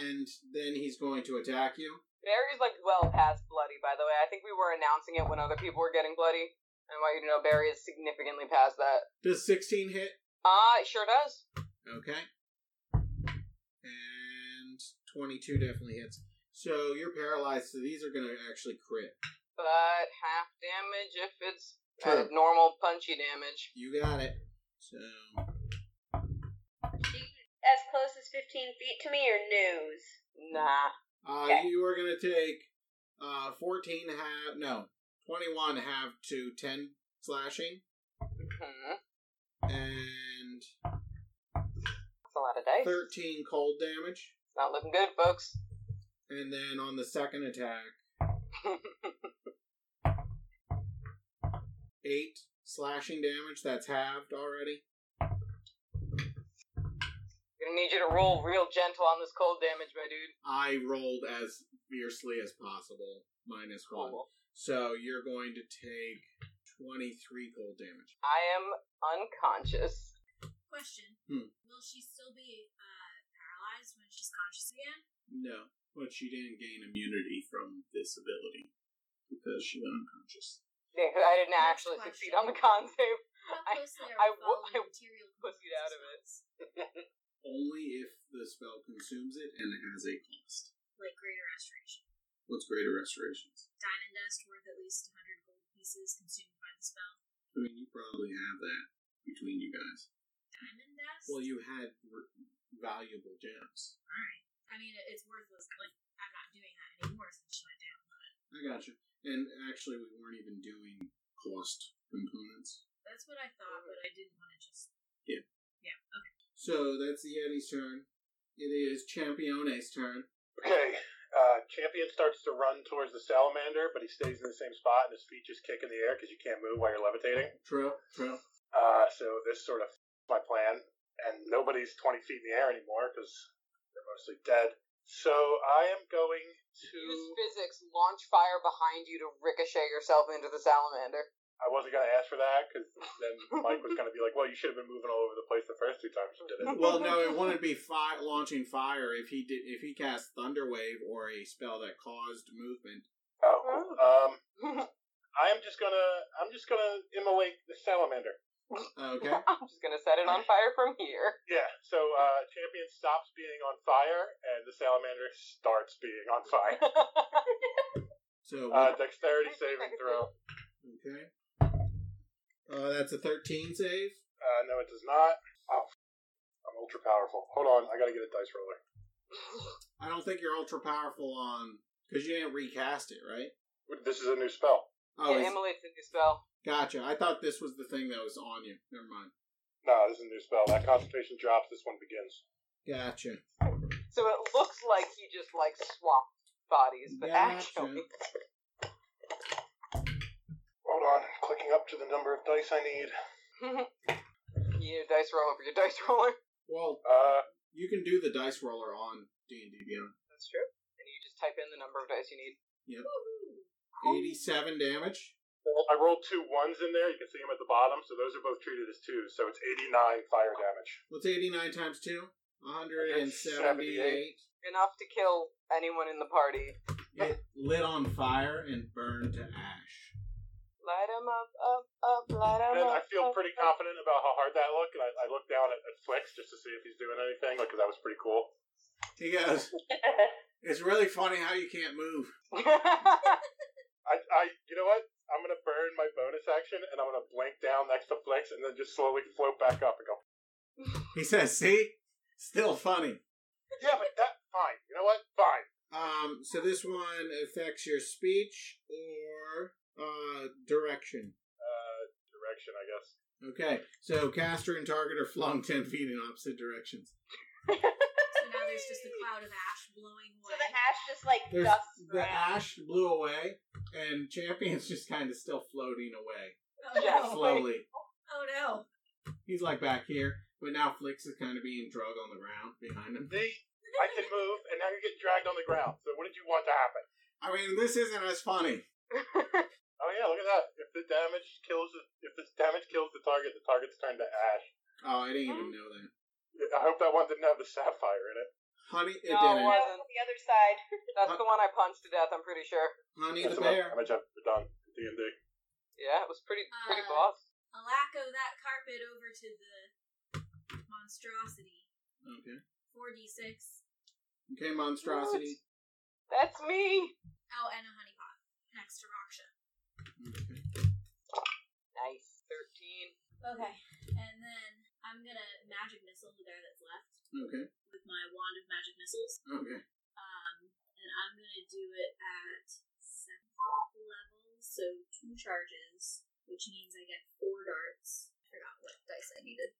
and then he's going to attack you.
Barry's like well past bloody, by the way. I think we were announcing it when other people were getting bloody. I want you to know Barry is significantly past that.
Does 16 hit?
Ah, it sure does.
Okay. And 22 definitely hits. So you're paralyzed, so these are going to actually crit.
But half damage if it's uh,
True.
normal punchy damage.
You got it. So,
as close as 15 feet to me or news?
Nah.
Uh,
Okay.
You are going to take uh, 14 half, no, 21 half to 10 slashing,
Mhm.
and
That's a lot of dice.
13 cold damage.
Not looking good, folks.
And then on the second attack, 8 slashing damage. That's halved already.
Gonna need you to roll real gentle on this cold damage, my dude.
I rolled as fiercely as possible, minus 1.
Cool.
So you're going to take 23 cold damage.
I am unconscious.
Question:
Hmm.
Will she still be uh, paralyzed when she's conscious again?
No, but she didn't gain immunity from this ability because she went unconscious.
Yeah, 'cause I didn't
Next
actually succeed on the con save.
How
I-
closely
I
are we
wo-
following
I
the material
pussied
components
out
as
of it.
well?
Only if the spell consumes it and it has a cost.
Like greater restoration.
What's greater restorations?
Diamond dust worth at least 100 gold pieces consumed by the spell.
I mean, you probably have that between you guys.
Diamond dust.
Well, you had r- valuable gems.
All right. I mean, it- it's worthless. Like I'm not doing that anymore since she went down. But
I gotcha. And actually, we weren't even doing cost components.
that's what I thought, but I didn't want to just.
So that's the Yeti's turn. It is Champione's turn.
Okay, uh, Champion starts to run towards the salamander, but he stays in the same spot, and his feet just kick in the air because you can't move while you're levitating.
True, true.
Uh, so this sort of f- my plan, and nobody's 20 feet in the air anymore because they're mostly dead. So I am going to.
Use physics, launch fire behind you to ricochet yourself into the salamander.
I wasn't going to ask for that because then Mike was going to be like, "Well, you should have been moving all over the place the first two times you did it." Oh,
well, no, it wouldn't be fi- launching fire if he did if he cast thunderwave or a spell that caused movement.
Oh, cool. Um, I am just gonna, I'm just gonna immolate the salamander.
Okay,
I'm just gonna set it on fire from here.
Yeah. So uh, champion stops being on fire, and the salamander starts being on fire.
so
Uh, dexterity saving throw.
okay, uh, that's a thirteen save.
Uh, no, it does not. Oh, I'm ultra powerful. Hold on, I gotta get a dice roller.
I don't think you're ultra powerful on because you didn't recast it, right?
This is a new spell.
Oh,
yeah,
it's-
Emily's a new spell.
gotcha. I thought this was the thing that was on you. Never mind.
No, this is a new spell. That concentration drops. This one begins.
Gotcha.
So it looks like he just like swapped bodies, but actually,
Gotcha.
Hold on, I'm clicking up to the number of dice I need.
you need a dice roller for your dice roller.
Well,
Uh,
you can do the dice roller on D and D Beyond.
That's true. And you just type in the number of dice you need.
Eighty-seven damage.
well, I rolled two ones in there. You can see them at the bottom. So those are both treated as twos. So it's 89 fire damage.
What's eighty-nine times two? One hundred and seventy-eight.
178.
Enough to kill anyone in the party.
It lit on fire and burned to ash.
Light 'em up, up, up, light 'em
And
up.
I feel
up,
pretty
up.
confident about how hard that looked, and I, I looked down at, at Flix just to see if he's doing anything, because that was pretty cool.
He goes, It's really funny how you can't move.
I, I, you know what? I'm gonna burn my bonus action, and I'm gonna blink down next to Flix, and then just slowly float back up and go.
He says, See? Still funny.
Yeah, but that fine. You know what? Fine.
Um, so this one affects your speech or uh direction.
Uh, direction, I guess.
Okay. So caster and target are flung ten feet in opposite directions.
So now there's just a cloud of ash blowing
So the
away.
ash just like
There's
dusts
the
around.
ash blew away and champion's just kinda still floating away.
Oh,
Yeah.
no.
Slowly.
oh no!
He's like back here, but now Flix is kinda being drug on the ground behind him.
See, I can move, and now you're getting dragged on the ground. So what did you want to happen?
I mean, this isn't as funny.
Oh yeah, look at that. If the damage kills, the, if this damage kills the target, the target's turned to ash.
Oh, I didn't even know that.
I hope that one didn't have the sapphire in it.
Honey it
No,
didn't.
what-
No, from the other side.
That's the one I punched to death. I'm pretty sure.
Honey
That's
the
how much
bear.
damage I've done. D and D.
Yeah, it was pretty pretty
Uh,
boss.
Alacco that carpet over to the monstrosity.
Okay.
4d6.
Okay, monstrosity.
That's me.
Oh, and a honeypot next to Raksha.
Okay.
Nice. Thirteen.
Okay. And then I'm gonna magic missile the guy that's left
Okay.
with my wand of magic missiles.
Okay.
Um, and do it at seventh level, so two charges, which means I get four darts. I forgot what dice I needed.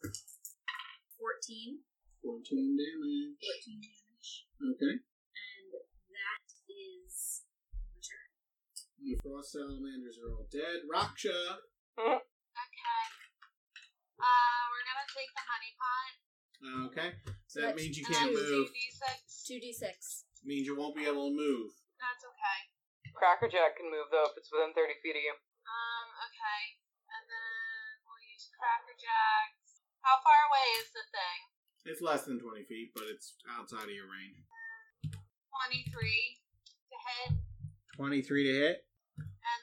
14.
14 damage.
14 damage.
Okay.
And that is my turn.
The frost salamanders are all dead. Raksha!
Okay. Uh, we're gonna take the honey pot.
Okay. So that
That's-
means you
and
can't
that's
move.
2d6.
2d6.
Means you won't be able to move.
That's okay.
Crackerjack can move though if it's within thirty feet of you.
Um, okay. And then we'll use Cracker Jacks. How far away is the thing?
It's less than 20 feet, but it's outside of your range.
23 to hit,
23 to hit.
and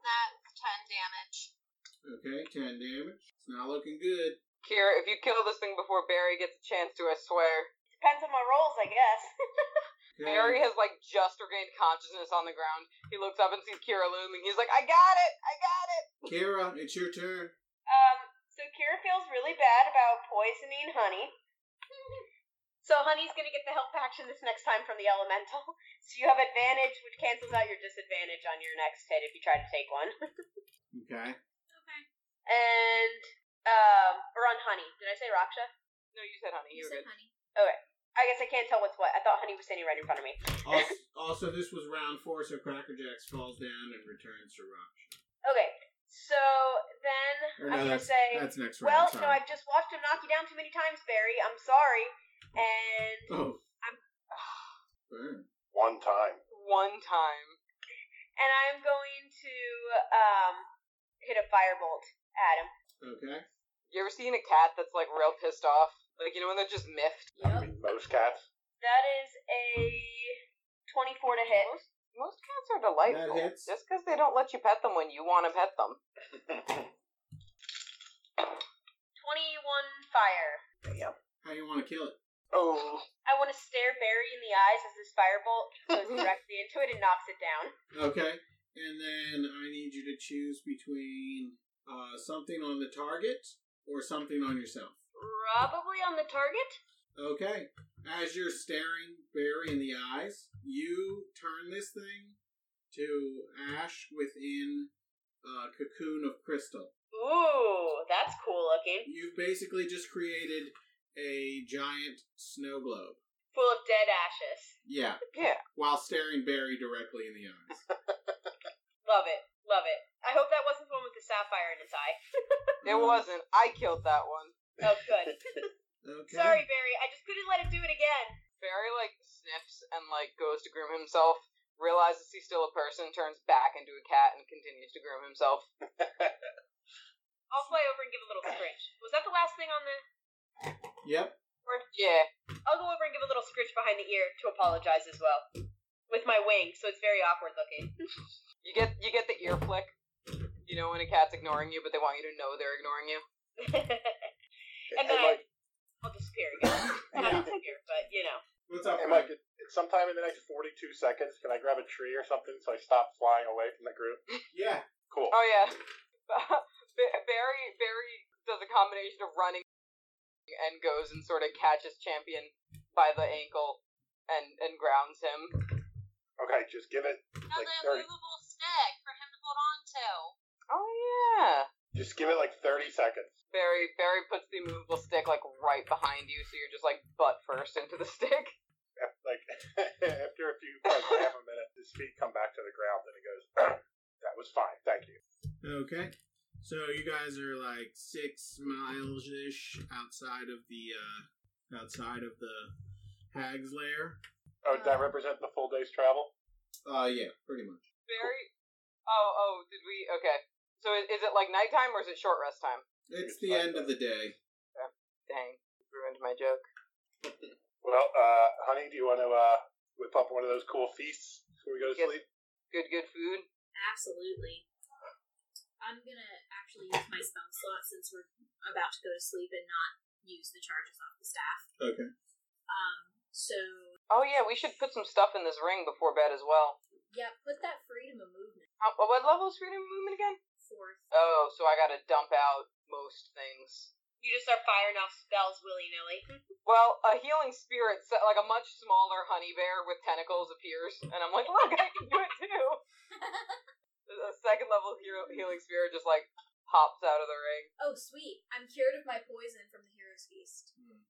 that's 10 damage.
Okay, 10 damage. It's not looking good.
Kira, if you kill this thing before Barry gets a chance to, I swear.
Depends on my rolls, I guess.
Okay.
Barry has like just regained consciousness on the ground. He looks up and sees Kira looming. He's like, I got it! I got it!
Kira, it's your turn.
Um, so Kira feels really bad about poisoning Honey. So Honey's gonna get the help action this next time from the elemental. So you have advantage, which cancels out your disadvantage on your next hit if you try to take one.
Okay.
Okay.
And um, or on Honey. Did I say Raksha?
No, you said honey,
You
you were
said
good.
honey.
I guess I can't tell what's what. I thought Honey was standing right in front of me.
Also, also, this was round four, so Cracker Jacks falls down and returns to Raksha.
Okay. So then
Or
I'm
no,
gonna
that's,
say
that's next round.
Well,
sorry.
no, I've just watched him knock you down too many times, Barry. I'm sorry. And
Oh.
I'm- ah.
Burn.
One time.
One time.
and I'm going to um hit a firebolt at him.
Okay.
You ever seen a cat that's like real pissed off? Like, you know when they're just miffed?
I mean, most cats.
That is a twenty-four to hit.
Most cats are delightful.
That hits.
Just because they don't let you pet them when you want to pet them.
Twenty-one fire.
How you want to kill it?
oh,
I want to stare Barry in the eyes as this firebolt goes directly into it and knocks it down.
Okay. And then I need you to choose between uh, something on the target or something on yourself.
Probably on the target.
Okay. As you're staring Barry in the eyes, you turn this thing to ash within a cocoon of crystal.
Ooh, that's cool looking.
You've basically just created a giant snow globe.
Full of dead ashes.
Yeah.
Yeah.
While staring Barry directly in the eyes.
Love it. Love it. I hope that wasn't the one with the sapphire in its eye.
It
Um,
wasn't. I killed that one.
Oh, good.
Okay.
Sorry, Barry. I just couldn't let him do it again.
Barry like sniffs and like goes to groom himself, realizes he's still a person, turns back into a cat, and continues to groom himself.
I'll fly over and give a little scritch. Was that the last thing on the?
Yep.
Yeah.
I'll go over and give a little scritch behind the ear to apologize as well, with my wing, so it's very awkward looking.
You get you get the ear flick. You know when a cat's ignoring you, but they want you to know they're ignoring you.
and
it,
then
it might,
I'll disappear again.
Yeah.
Not disappear, but you know.
What's up,
it
Mike?
might get, sometime in the next 42 seconds, can I grab a tree or something so I stop flying away from the group?
Yeah.
Cool.
Uh,
Oh yeah. Ba- Barry Barry does a combination of running and goes and sort of catches Champion by the ankle and and grounds him.
Okay, just give it,
Now
Like
the
30.
movable stick for him to hold on to.
Oh yeah.
just give it like 30 seconds.
Barry Barry puts the movable stick like right behind you, so you're just like butt first into the stick.
Like after a few, like half a minute, his feet come back to the ground and it goes. that was fine, thank you.
Okay. So you guys are like six miles ish outside of the uh, outside of the hag's lair.
Oh, does
Uh.
that represent the full day's travel?
Uh, yeah, pretty much.
Barry. Oh, oh, did we? Okay. So is, is it like nighttime or is it short rest time?
It's the end of the day.
Dang, ruined my joke.
Well, uh, honey, do you want to uh, whip up one of those cool feasts before we go to
Yes.
sleep?
Good, good food.
Absolutely. I'm gonna actually use my spell slot since we're about to go to sleep and not use the charges off the staff.
Okay.
Um, so
Oh yeah, we should put some stuff in this ring before bed as well.
yeah, put that freedom of movement
How, oh, what level is freedom of movement again?
forth.
Oh, so I gotta dump out most things.
You just start firing off spells willy nilly.
Well, a healing spirit, so- like a much smaller honey bear with tentacles, appears, and I'm like, look, I can do it too. a second level hero- healing spirit just like pops out of the ring.
Oh, sweet. I'm cured of my poison from the Hero's Feast.
Hmm.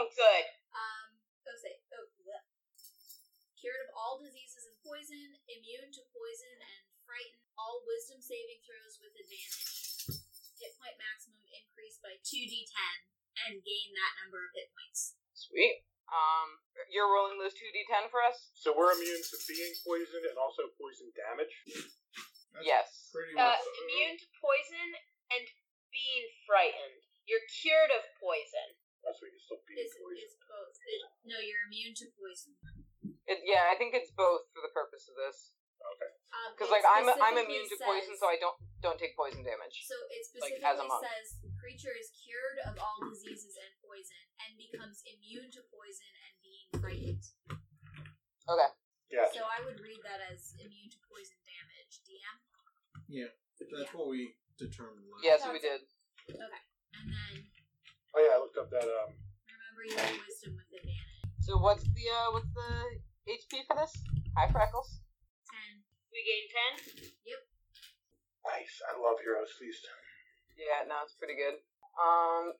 Oh, good.
Um, oh, say, oh, bleh. Cured of all diseases and poison, immune to poison and frightened, all wisdom saving throws with advantage. Hit point maximum increased by 2d10 and gain that number of hit points.
Sweet. Um, you're rolling those two d10 for us.
So we're immune to being poisoned and also poison damage.
That's
yes.
Pretty
Uh,
much.
immune to poison and being frightened. You're cured of poison.
That's what you still being
It's,
poisoned.
it's both. It, no, you're immune to poison.
It, yeah, I think it's both for the purpose of this.
Um,
Because
it
like I'm I'm
specifically
immune to poison,
says-
so I don't don't take poison damage.
So it
Like,
specifically
as a monk.
says the creature is cured of all diseases and poison and becomes immune to poison and being frightened.
Okay.
Yeah.
So I would read that as immune to poison damage, DM.
That's what we determined. last
Yes, we did.
And then
Oh yeah, I looked up that. Um,
remember your wisdom with advantage.
So what's the uh what's the HP for this? Hi, Freckles.
10.
We gain 10.
nice. I love Heroes Feast.
Yeah, no, it's pretty good. Um,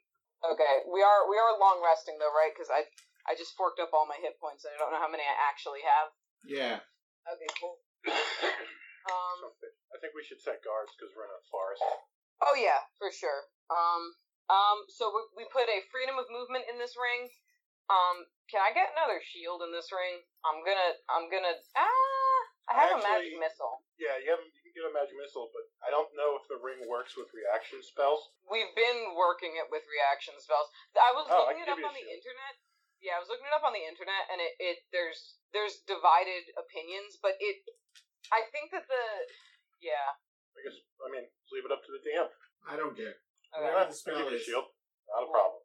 okay, we are we are long resting though, right? Because I I just forked up all my hit points, and I don't know how many I actually have.
Yeah.
Okay, cool.
So
Um,
I think we should set guards because we're in a forest.
oh yeah, for sure. Um, um, so we we put a freedom of movement in this ring. Um, can I get another shield in this ring? I'm gonna I'm gonna ah. I have a magic
Actually-
missile.
Yeah, you, have, you can get a magic missile, but I don't know if the ring works with reaction spells.
We've been working it with reaction spells. I was
Oh, I
looking it
can
up
give
on
you a
the
shield.
internet. Yeah, I was looking it up on the internet, and it, it there's there's divided opinions, but it I think that the yeah
I guess I mean leave it up to the DM.
I don't care.
okay.
What
Yeah,
the spell
I'll give you
is.
a shield. Not a problem.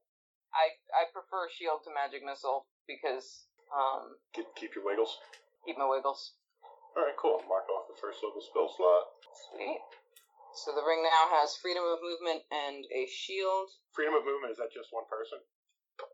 I I prefer shield to magic missile because um
Keep, keep your wiggles.
keep my wiggles
All right, cool. Mark off the first level spell slot.
sweet. So the ring now has freedom of movement and a shield.
Freedom of movement is that just one person?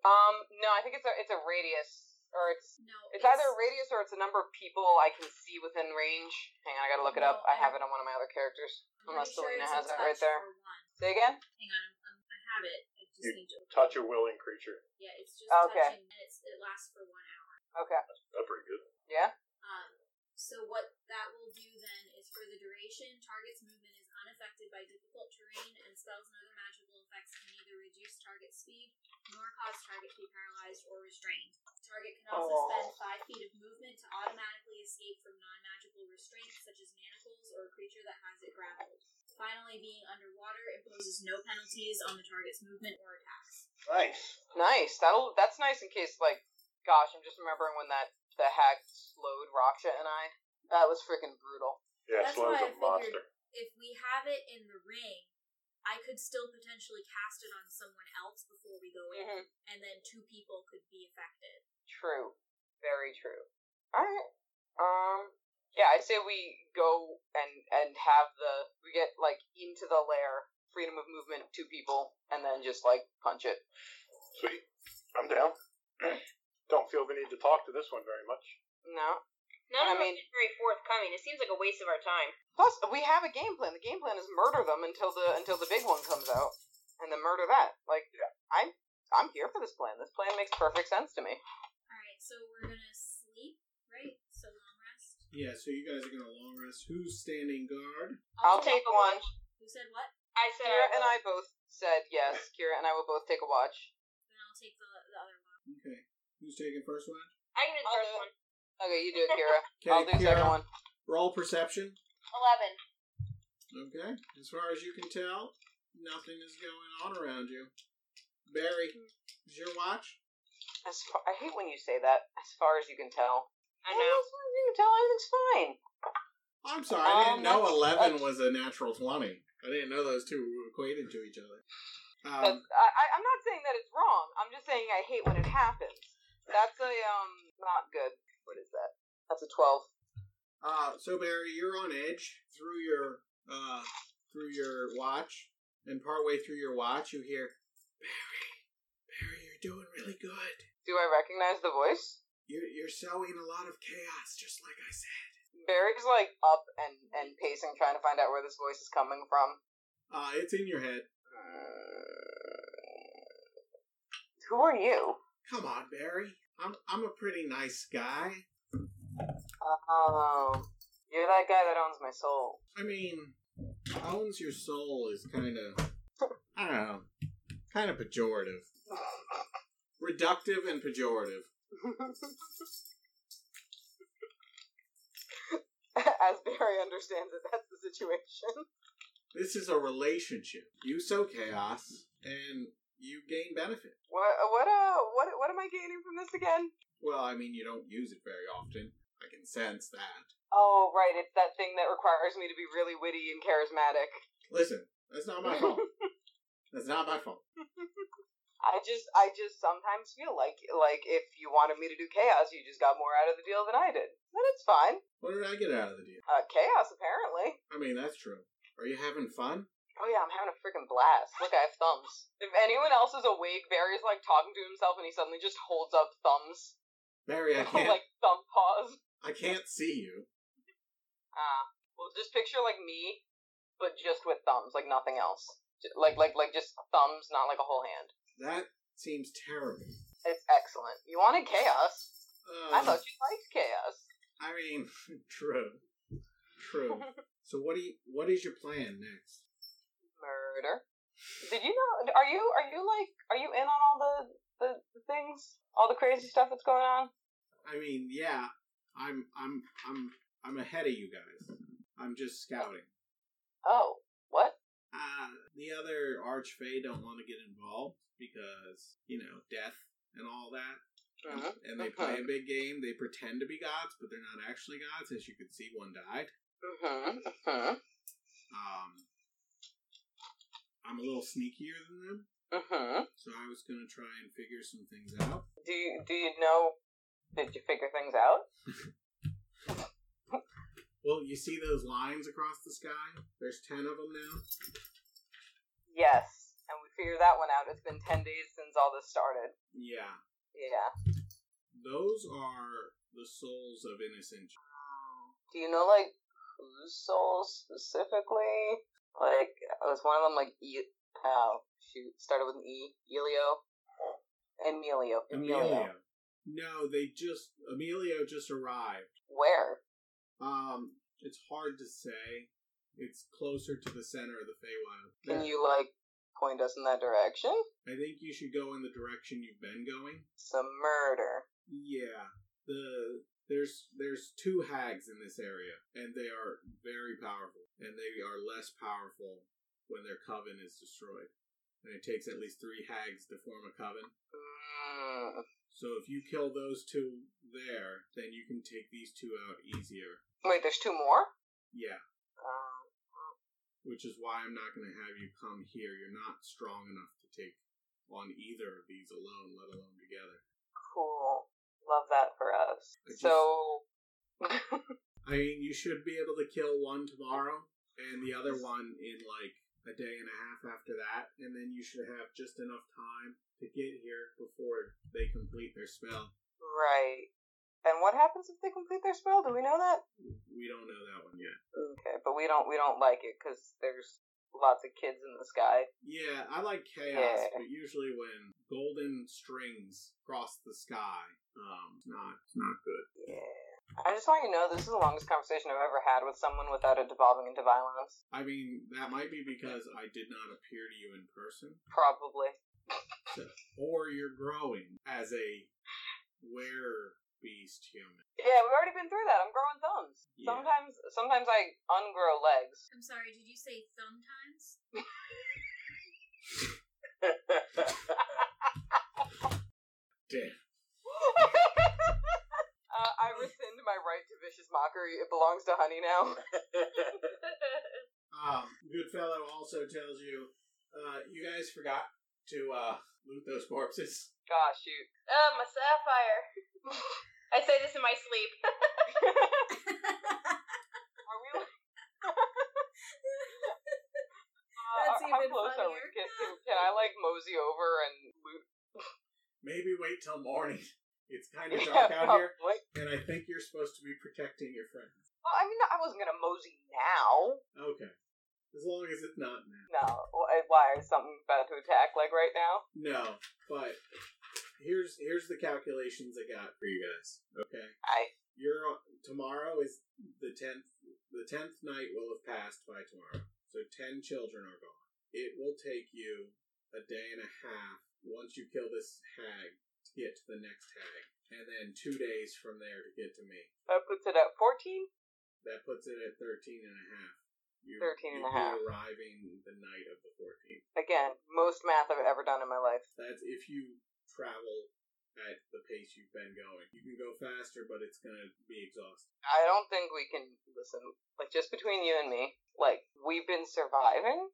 Um, no, I think it's a it's a radius or it's
No,
It's either a radius or it's a number of people I can see within range. Hang on, I gotta look it up. I have it on one of my other characters.
I'm
Unless
pretty sure
Selena
it's a
has that right
touch
there.
for one.
Say again?
Hang on, I'm, I'm, I have it. I just
You
need to.
Touch a willing creature.
Yeah, it's just
Okay.
touching, and it's, it lasts for one hour.
Okay.
That's pretty good.
Yeah?
Um, so what that will do then is for the duration, target's movement is unaffected by difficult terrain, and spells and other magical effects can neither reduce target speed nor cause target to be paralyzed or restrained. Target can also
Oh.
spend five feet of movement to automatically escape from non-magical restraints such as manacles or a creature that has it grappled. Finally, being underwater imposes no penalties on the target's movement or attacks.
Nice.
Nice. That'll that's nice in case like gosh, I'm just remembering when that the hag slowed Raksha and I. That was freaking brutal.
Yeah,
That's
Slow's
why
a
I figured-
monster.
if we have it in the ring, I could still potentially cast it on someone else before we go in,
Mhm.
and then two people could be affected.
True. Very true. Alright. Um yeah, I say we go and and have the we get like into the lair, freedom of movement, two people, and then just like punch it.
Sweet. I'm down. Don't feel the need to talk to this one very much.
No. I
None of
mean-
us is very forthcoming. It seems like a waste of our time.
Plus, we have a game plan. The game plan is murder them until the until the big one comes out, and then murder that. Like, I'm I'm here for this plan. This plan makes perfect sense to me.
All right, so we're gonna sleep, right? So long rest.
Yeah, so you guys are going to long rest. Who's standing guard?
I'll take one.
Who said what?
I said,
Kira and I both said yes. Kira and I will both take a watch.
Then I'll take the, the other one.
Okay. Who's taking first watch?
I can do the
I'll
first
do it.
one.
Okay, you do it, Kira.
Okay,
I'll do the second
Kira,
one.
Roll perception.
11.
Okay. As far as you can tell, nothing is going on around you. Barry, is your watch?
As far, I hate when you say that. As far as you can tell.
I know.
As far as you can tell, everything's fine.
I'm sorry, I
Um,
didn't know
that's-
11
that's-
was a natural 20. I didn't know those two were equated to each other.
That's,
Um,
I, I, I'm not saying that it's wrong. I'm just saying I hate when it happens. That's a um not good. What is that? That's a twelve.
Uh, so Barry, you're on edge through your uh, through your watch, and partway through your watch, you hear Barry, Barry, you're doing really good.
Do I recognize the voice?
You're you're sowing a lot of chaos, just like I said.
Barry's like up and and pacing, trying to find out where this voice is coming from.
Uh, it's in your head.
Who are you?
Come on, Barry. I'm I'm a pretty nice guy.
Um, you're that guy that owns my soul.
I mean, owns your soul is kind of, I don't know, kind of pejorative. Reductive and pejorative.
As Barry understands it, that's the situation.
This is a relationship. You sow chaos and you gain benefit.
What what uh what what am I gaining from this again?
Well, I mean, you don't use it very often. I can sense that.
Oh right, it's that thing that requires me to be really witty and charismatic.
Listen, that's not my fault. that's not my fault.
I just I just sometimes feel like like if you wanted me to do chaos, you just got more out of the deal than I did. But it's fine.
What did I get out of the deal?
Uh, chaos apparently.
I mean, that's true. Are you having fun?
Oh yeah, I'm having a freaking blast. Look, I have thumbs. If anyone else is awake, Barry's like talking to himself, and he suddenly just holds up thumbs,
Barry, I can't.
like thumb paws.
I can't see you.
Ah, well, just picture like me, but just with thumbs, like nothing else. J- Like like like just thumbs, not like a whole hand.
That seems terrible.
It's excellent. You wanted chaos. I
Uh,
thought you liked chaos.
I mean, true, true. So what do you? What is your plan next?
Murder. Did you know? Are you are you like are you in on all the the, the things, all the crazy stuff that's going on?
I mean, yeah, I'm, I'm, I'm, I'm ahead of you guys. I'm just scouting.
Oh, what?
Uh, the other archfey don't want to get involved because you know death and all that.
Mhm.
And they play a big game. They pretend to be gods, but they're not actually gods. As you can see, one died.
Mhm. Mhm.
Um, I'm a little sneakier than them,
Mhm.
so I was gonna try and figure some things out.
Do you do you know? Did you figure things out?
Well, you see those lines across the sky? There's ten of them now.
Yes. And we figured that one out. It's been ten days since all this started.
Yeah,
Yeah.
those are the souls of innocent.
Do you know like whose soul specifically? Like was one of them like e- oh shoot started with an E Elio Emilio
Emilio. No, they just Emilio just arrived.
where
Um, it's hard to say. It's closer to the center of the Feywild.
can
There-
you like point us in that direction?
I think you should go in the direction you've been going.
Some murder.
Yeah. The there's there's two hags in this area, and they are very powerful, and they are less powerful when their coven is destroyed. And it takes at least three hags to form a coven.
Mm.
So if you kill those two there, then you can take these two out easier.
Wait, there's two more.
Yeah.
Um,
which is why I'm not going to have you come here. You're not strong enough to take on either of these alone, let alone together.
cool. Love that for us.
I just-
So
I mean, you should be able to kill one tomorrow and the other one in like a day and a half after that, and then you should have just enough time to get here before they complete their spell.
right. And what happens if they complete their spell? Do we know that?
We don't know that one yet.
Okay, but we don't we don't like it because there's lots of kids in the sky.
Yeah, I like chaos,
Yeah.
but usually when golden strings cross the sky, um, it's not it's not good.
Yeah. I just want you to know this is the longest conversation I've ever had with someone without it devolving into violence.
I mean, that might be because I did not appear to you in person.
Probably.
or you're growing as a were beast human.
Yeah, we've already been through that. I'm growing thumbs.
Yeah.
Sometimes sometimes I ungrow legs.
I'm sorry, did you say thumb times?
Damn.
uh, I rescind my right to vicious mockery. It belongs to Honey now.
Um, Goodfellow also tells you, uh, you guys forgot to uh, loot those corpses.
Gosh, shoot.
Oh, my sapphire. I say this in my sleep.
Are we?
That's
Uh,
really
How
good
close
fun
are we?
here.
Can, can, can I like mosey over and loot?
Maybe wait till morning. It's kind of dark out here,
probably.
and I think you're supposed to be protecting your friends.
Well, I mean, I wasn't gonna mosey now.
Okay. As long as it's not now.
No, why- why is something about to attack like right now?
No, but here's here's the calculations I got for you guys. Okay,
I
your tomorrow is the tenth. The tenth night will have passed by tomorrow, so ten children are gone. It will take you a day and a half once you kill this hag to get to the next hag, and then two days from there to get to me.
that puts it at fourteen.
That puts it at 13 and a half. You,
13 and a
you'd
half.
Be arriving the night of the 14th.
Again, most math I've ever done in my life.
That's if you travel at the pace you've been going. You can go faster, but it's going to be exhausting.
I don't think we can listen. Like just between you and me, like we've been surviving,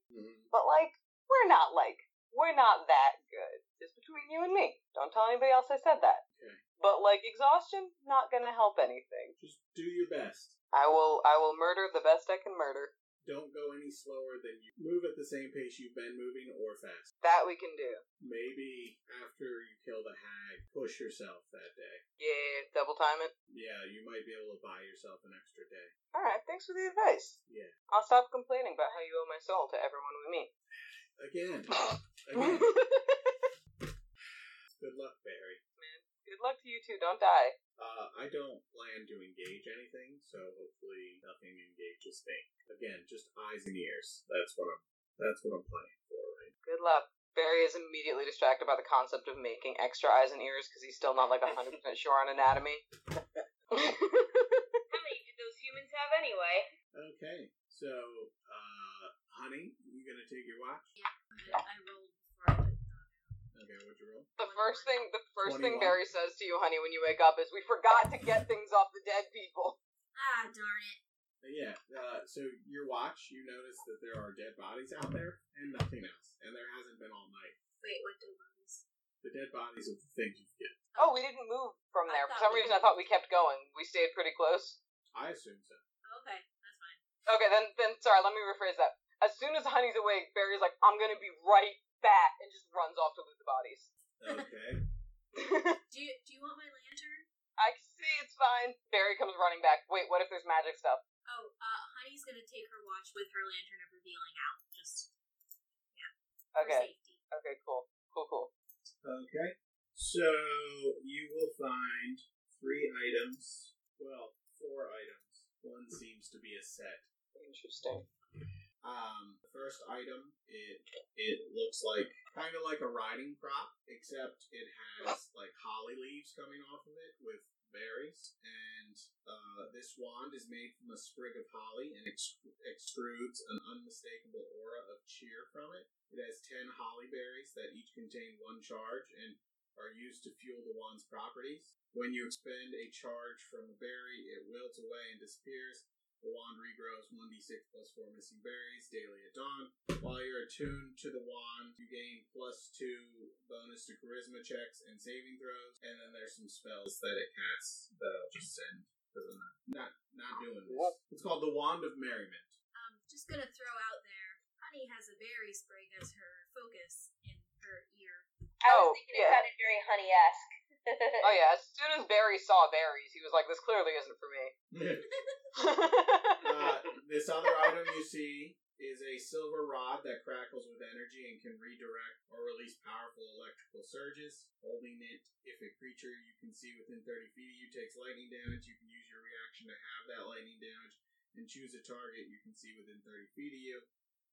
but like we're not like we're not that good. Just between you and me. Don't tell anybody else I said that.
Okay.
But like exhaustion, not gonna help anything.
Just do your best.
I will I will murder the best I can murder.
Don't go any slower than you move at the same pace you've been moving or fast.
That we can do.
Maybe after you kill the hag, push yourself that day.
Yeah, double time it.
Yeah, you might be able to buy yourself an extra day.
All right, thanks for the advice.
Yeah.
I'll stop complaining about how you owe my soul to everyone we meet.
Again. Again.
Good
Good luck, Barry.
luck to you two. Don't die.
Uh, I don't plan to engage anything, so hopefully nothing engages me. Again, just eyes and ears. That's what I'm. That's what I'm playing for. Right?
Good luck. Barry is immediately distracted by the concept of making extra eyes and ears because he's still not like 100% sure on anatomy.
How many did those humans have anyway?
Okay, so uh, honey, you gonna take your watch?
I rolled before I went.
Okay, what'd you roll?
the first thing the first thing
21.
Barry says to you, honey, when you wake up is we forgot to get things off the dead people.
Ah, darn it.
Uh, yeah. Uh, so your watch, you notice that there are dead bodies out there and nothing else, and there hasn't been all night.
Wait, what did I lose?
The dead bodies of the things you get.
Oh, we didn't move from
I
there. For
thought
some
we-
reason I thought we kept going. We stayed pretty close.
I assume so.
Oh, Okay, that's fine.
Okay, then then sorry, let me rephrase that. As soon as Honey's awake, Barry's like, I'm gonna be right back and just runs off to loot the bodies.
Okay.
Do you, do you want my lantern?
I can see it's fine. Barry comes running back. Wait, what if there's magic stuff?
Oh, uh, Honey's gonna take her watch with her lantern of revealing out, just for
Okay.
safety.
Okay, cool. Cool, cool.
Okay. So you will find three items. Well, four items. One seems to be a set.
Interesting.
Um, the first item it it looks like kind of like a riding crop, except it has like holly leaves coming off of it with berries. And uh, this wand is made from a sprig of holly and ex- extrudes an unmistakable aura of cheer from it. It has ten holly berries that each contain one charge and are used to fuel the wand's properties. When you expend a charge from a berry, it wilts away and disappears. The wand regrows 1d6 plus 4 missing berries daily at dawn. While you're attuned to the wand, you gain plus 2 bonus to charisma checks and saving throws. And then there's some spells that it casts that I'll just send because I'm not, not, not doing this. It's called the Wand of Merriment.
I'm just gonna throw out there, Honey has a berry sprig as her focus in her ear.
I
Oh,
was thinking it
yeah.
sounded very honey esque.
Oh yeah, as soon as Barry saw berries, he was like, "This clearly isn't for me."
Uh, this other item you see is a silver rod that crackles with energy and can redirect or release powerful electrical surges. Holding it, if a creature you can see within 30 feet of you takes lightning damage, you can use your reaction to have that lightning damage and choose a target you can see within 30 feet of you.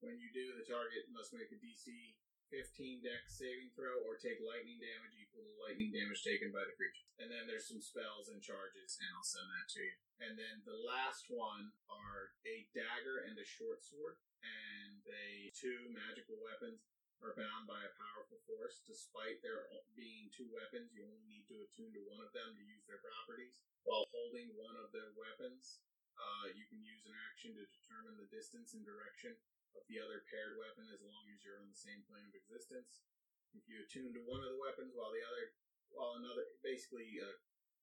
When you do, the target must make a DC 15 dex saving throw or take lightning damage equal to lightning damage taken by the creature. And then there's some spells and charges, and I'll send that to you. And then the last one are a dagger and a short sword, and they two magical weapons are bound by a powerful force. Despite there o- being two weapons, you only need to attune to one of them to use their properties. While holding one of their weapons, uh, you can use an action to determine the distance and direction of the other paired weapon as long as you're on the same plane of existence. If you attune to one of the weapons while the other, while another, basically uh,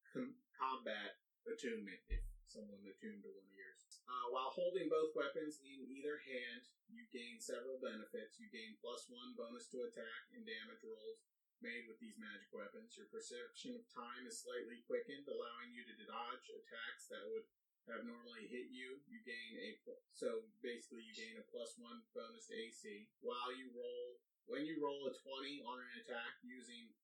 com- combat attunement if someone attuned to one of yours. Uh, while holding both weapons in either hand, you gain several benefits. You gain plus one bonus to attack and damage rolls made with these magic weapons. Your perception of time is slightly quickened, allowing you to dodge attacks that would have normally hit you. You gain a pl- so basically you gain a plus one bonus to AC while you roll when you roll a twenty on an attack using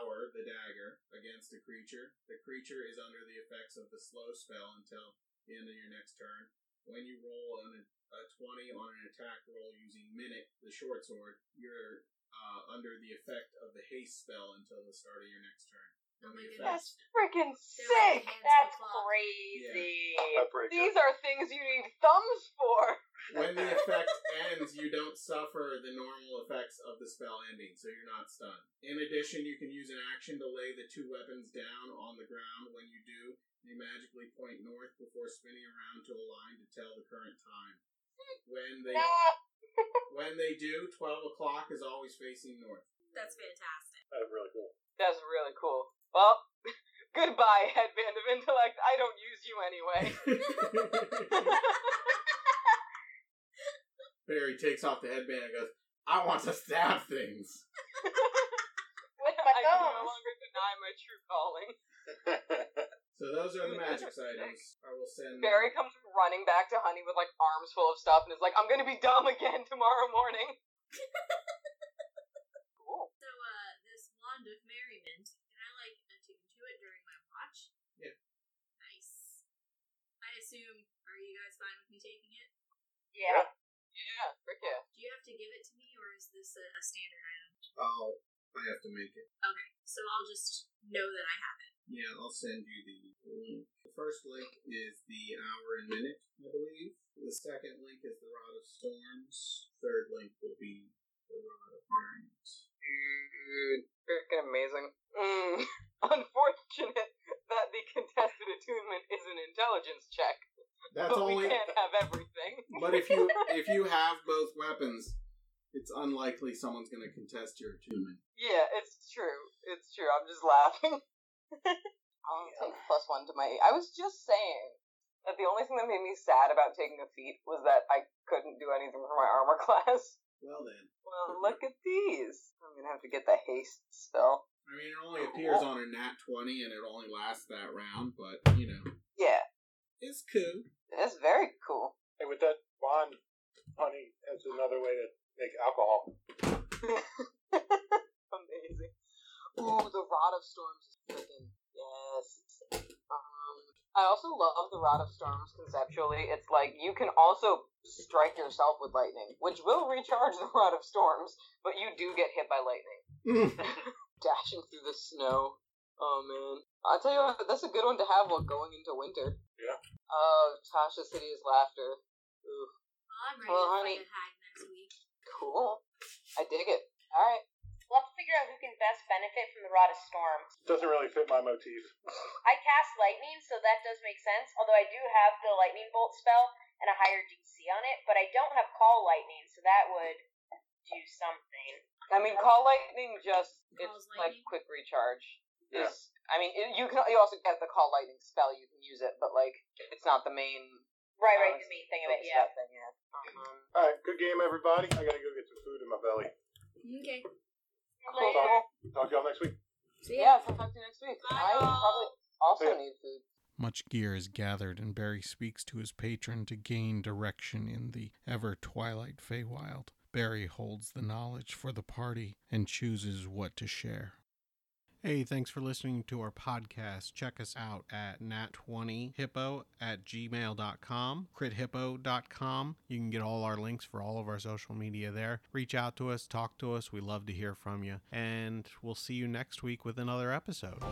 hour the dagger against a creature. The creature is under the effects of the slow spell until the end of your next turn. When you roll an, a 20 on an attack roll using Minute, the short sword, you're uh, under the effect of the haste spell until the start of your next turn.
Oh
And
my
the
goodness.
effect-
That's freaking
like
sick.
hands on
That's
clock.
crazy.
That's pretty
These
good.
are things you need thumbs for.
when the effect ends, you don't suffer the normal effects of the spell ending, so you're not stunned. In addition, you can use an action to lay the two weapons down on the ground. When you do, they magically point north before spinning around to align to tell the current time. When they
Nah,
When they do, 12 o'clock is always facing north.
That's fantastic.
That's really cool.
That's really cool. Well, goodbye, headband of intellect. I don't use you anyway.
Barry takes off the headband and goes, I want to stab things.
With my
I can no
thumbs.
longer deny my true calling.
So those are the magic items. I will send.
Barry comes running back to Honey with like arms full of stuff and is like, I'm gonna be dumb again tomorrow morning. cool.
So, uh, this wand of merriment, can I, like, attune to it during my watch?
Yeah.
Nice. I assume, are you guys fine with me taking it?
Yeah.
Yeah, frick yeah.
Do you have to give it to me, or is this a, a standard item?
Oh, I have to make it.
So I'll just know that I have it.
Yeah, I'll send you the link. The first link is the hour and minute, I believe. The second link is the Rod of Storms. Third link will be the Rod of Merriment.
Dude, freaking amazing. Mm. Unfortunate that the contested attunement is an intelligence check,
That's
but Oh,
only.
we can't have everything.
But if you if you have both weapons, it's unlikely someone's going to contest your attunement.
Yeah, it's true. It's true. I'm just laughing. I'll take plus one to my. I was just saying that the only thing that made me sad about taking a feat was that I couldn't do anything for my armor class.
Well then,
Well, look at these. I'm gonna have to get the haste spell.
I mean, it only appears
Oh.
on a nat twenty, and it only lasts that round. But you know,
Yeah,
it's cool.
that's very cool.
And with that wand, honey, that's another way to make alcohol.
Amazing. Ooh, the Rod of Storms is freaking yes. Um, I also love the Rod of Storms conceptually. It's like you can also strike yourself with lightning, which will recharge the Rod of Storms, but you do get hit by lightning. Dashing through the snow. Oh man. I'll tell you what, that's a good one to have while going into winter.
Yeah.
Oh, Tasha City's Laughter. Ooh,
Well, I'm ready
Well,
to
honey.
fight a hag next week.
cool. I dig it. Alright.
We'll have to figure out who can best benefit from the Rod of Storm.
Doesn't really fit my motif.
I cast lightning, so that does make sense. Although I do have the lightning bolt spell and a higher DC on it, but I don't have call lightning, so that would do something.
I mean, call lightning just it's
Calls
like
lightning?
quick recharge.
Yeah.
Is I mean, it, you can you also get the call lightning spell. You can use it, but like it's not the main.
Right,
Oh,
right.
I
The main thing of it,
focus
yeah. Mm-hmm.
that Thing, yeah. Um,
All right, good game, everybody. I gotta go get some food in my belly.
Okay.
cool.
Later.
Talk to y'all next week.
So,
Yeah, so talk to you next week. I probably also
Yeah.
need food.
Much gear is gathered, and Barry speaks to his patron to gain direction in the ever twilight Feywild. Barry holds the knowledge for the party and chooses what to share. Hey, thanks for listening to our podcast. Check us out at nat20hippo at gmail.com, crithippo.com. You can get all our links for all of our social media there. Reach out to us, talk to us. We love to hear from you. And we'll see you next week with another episode.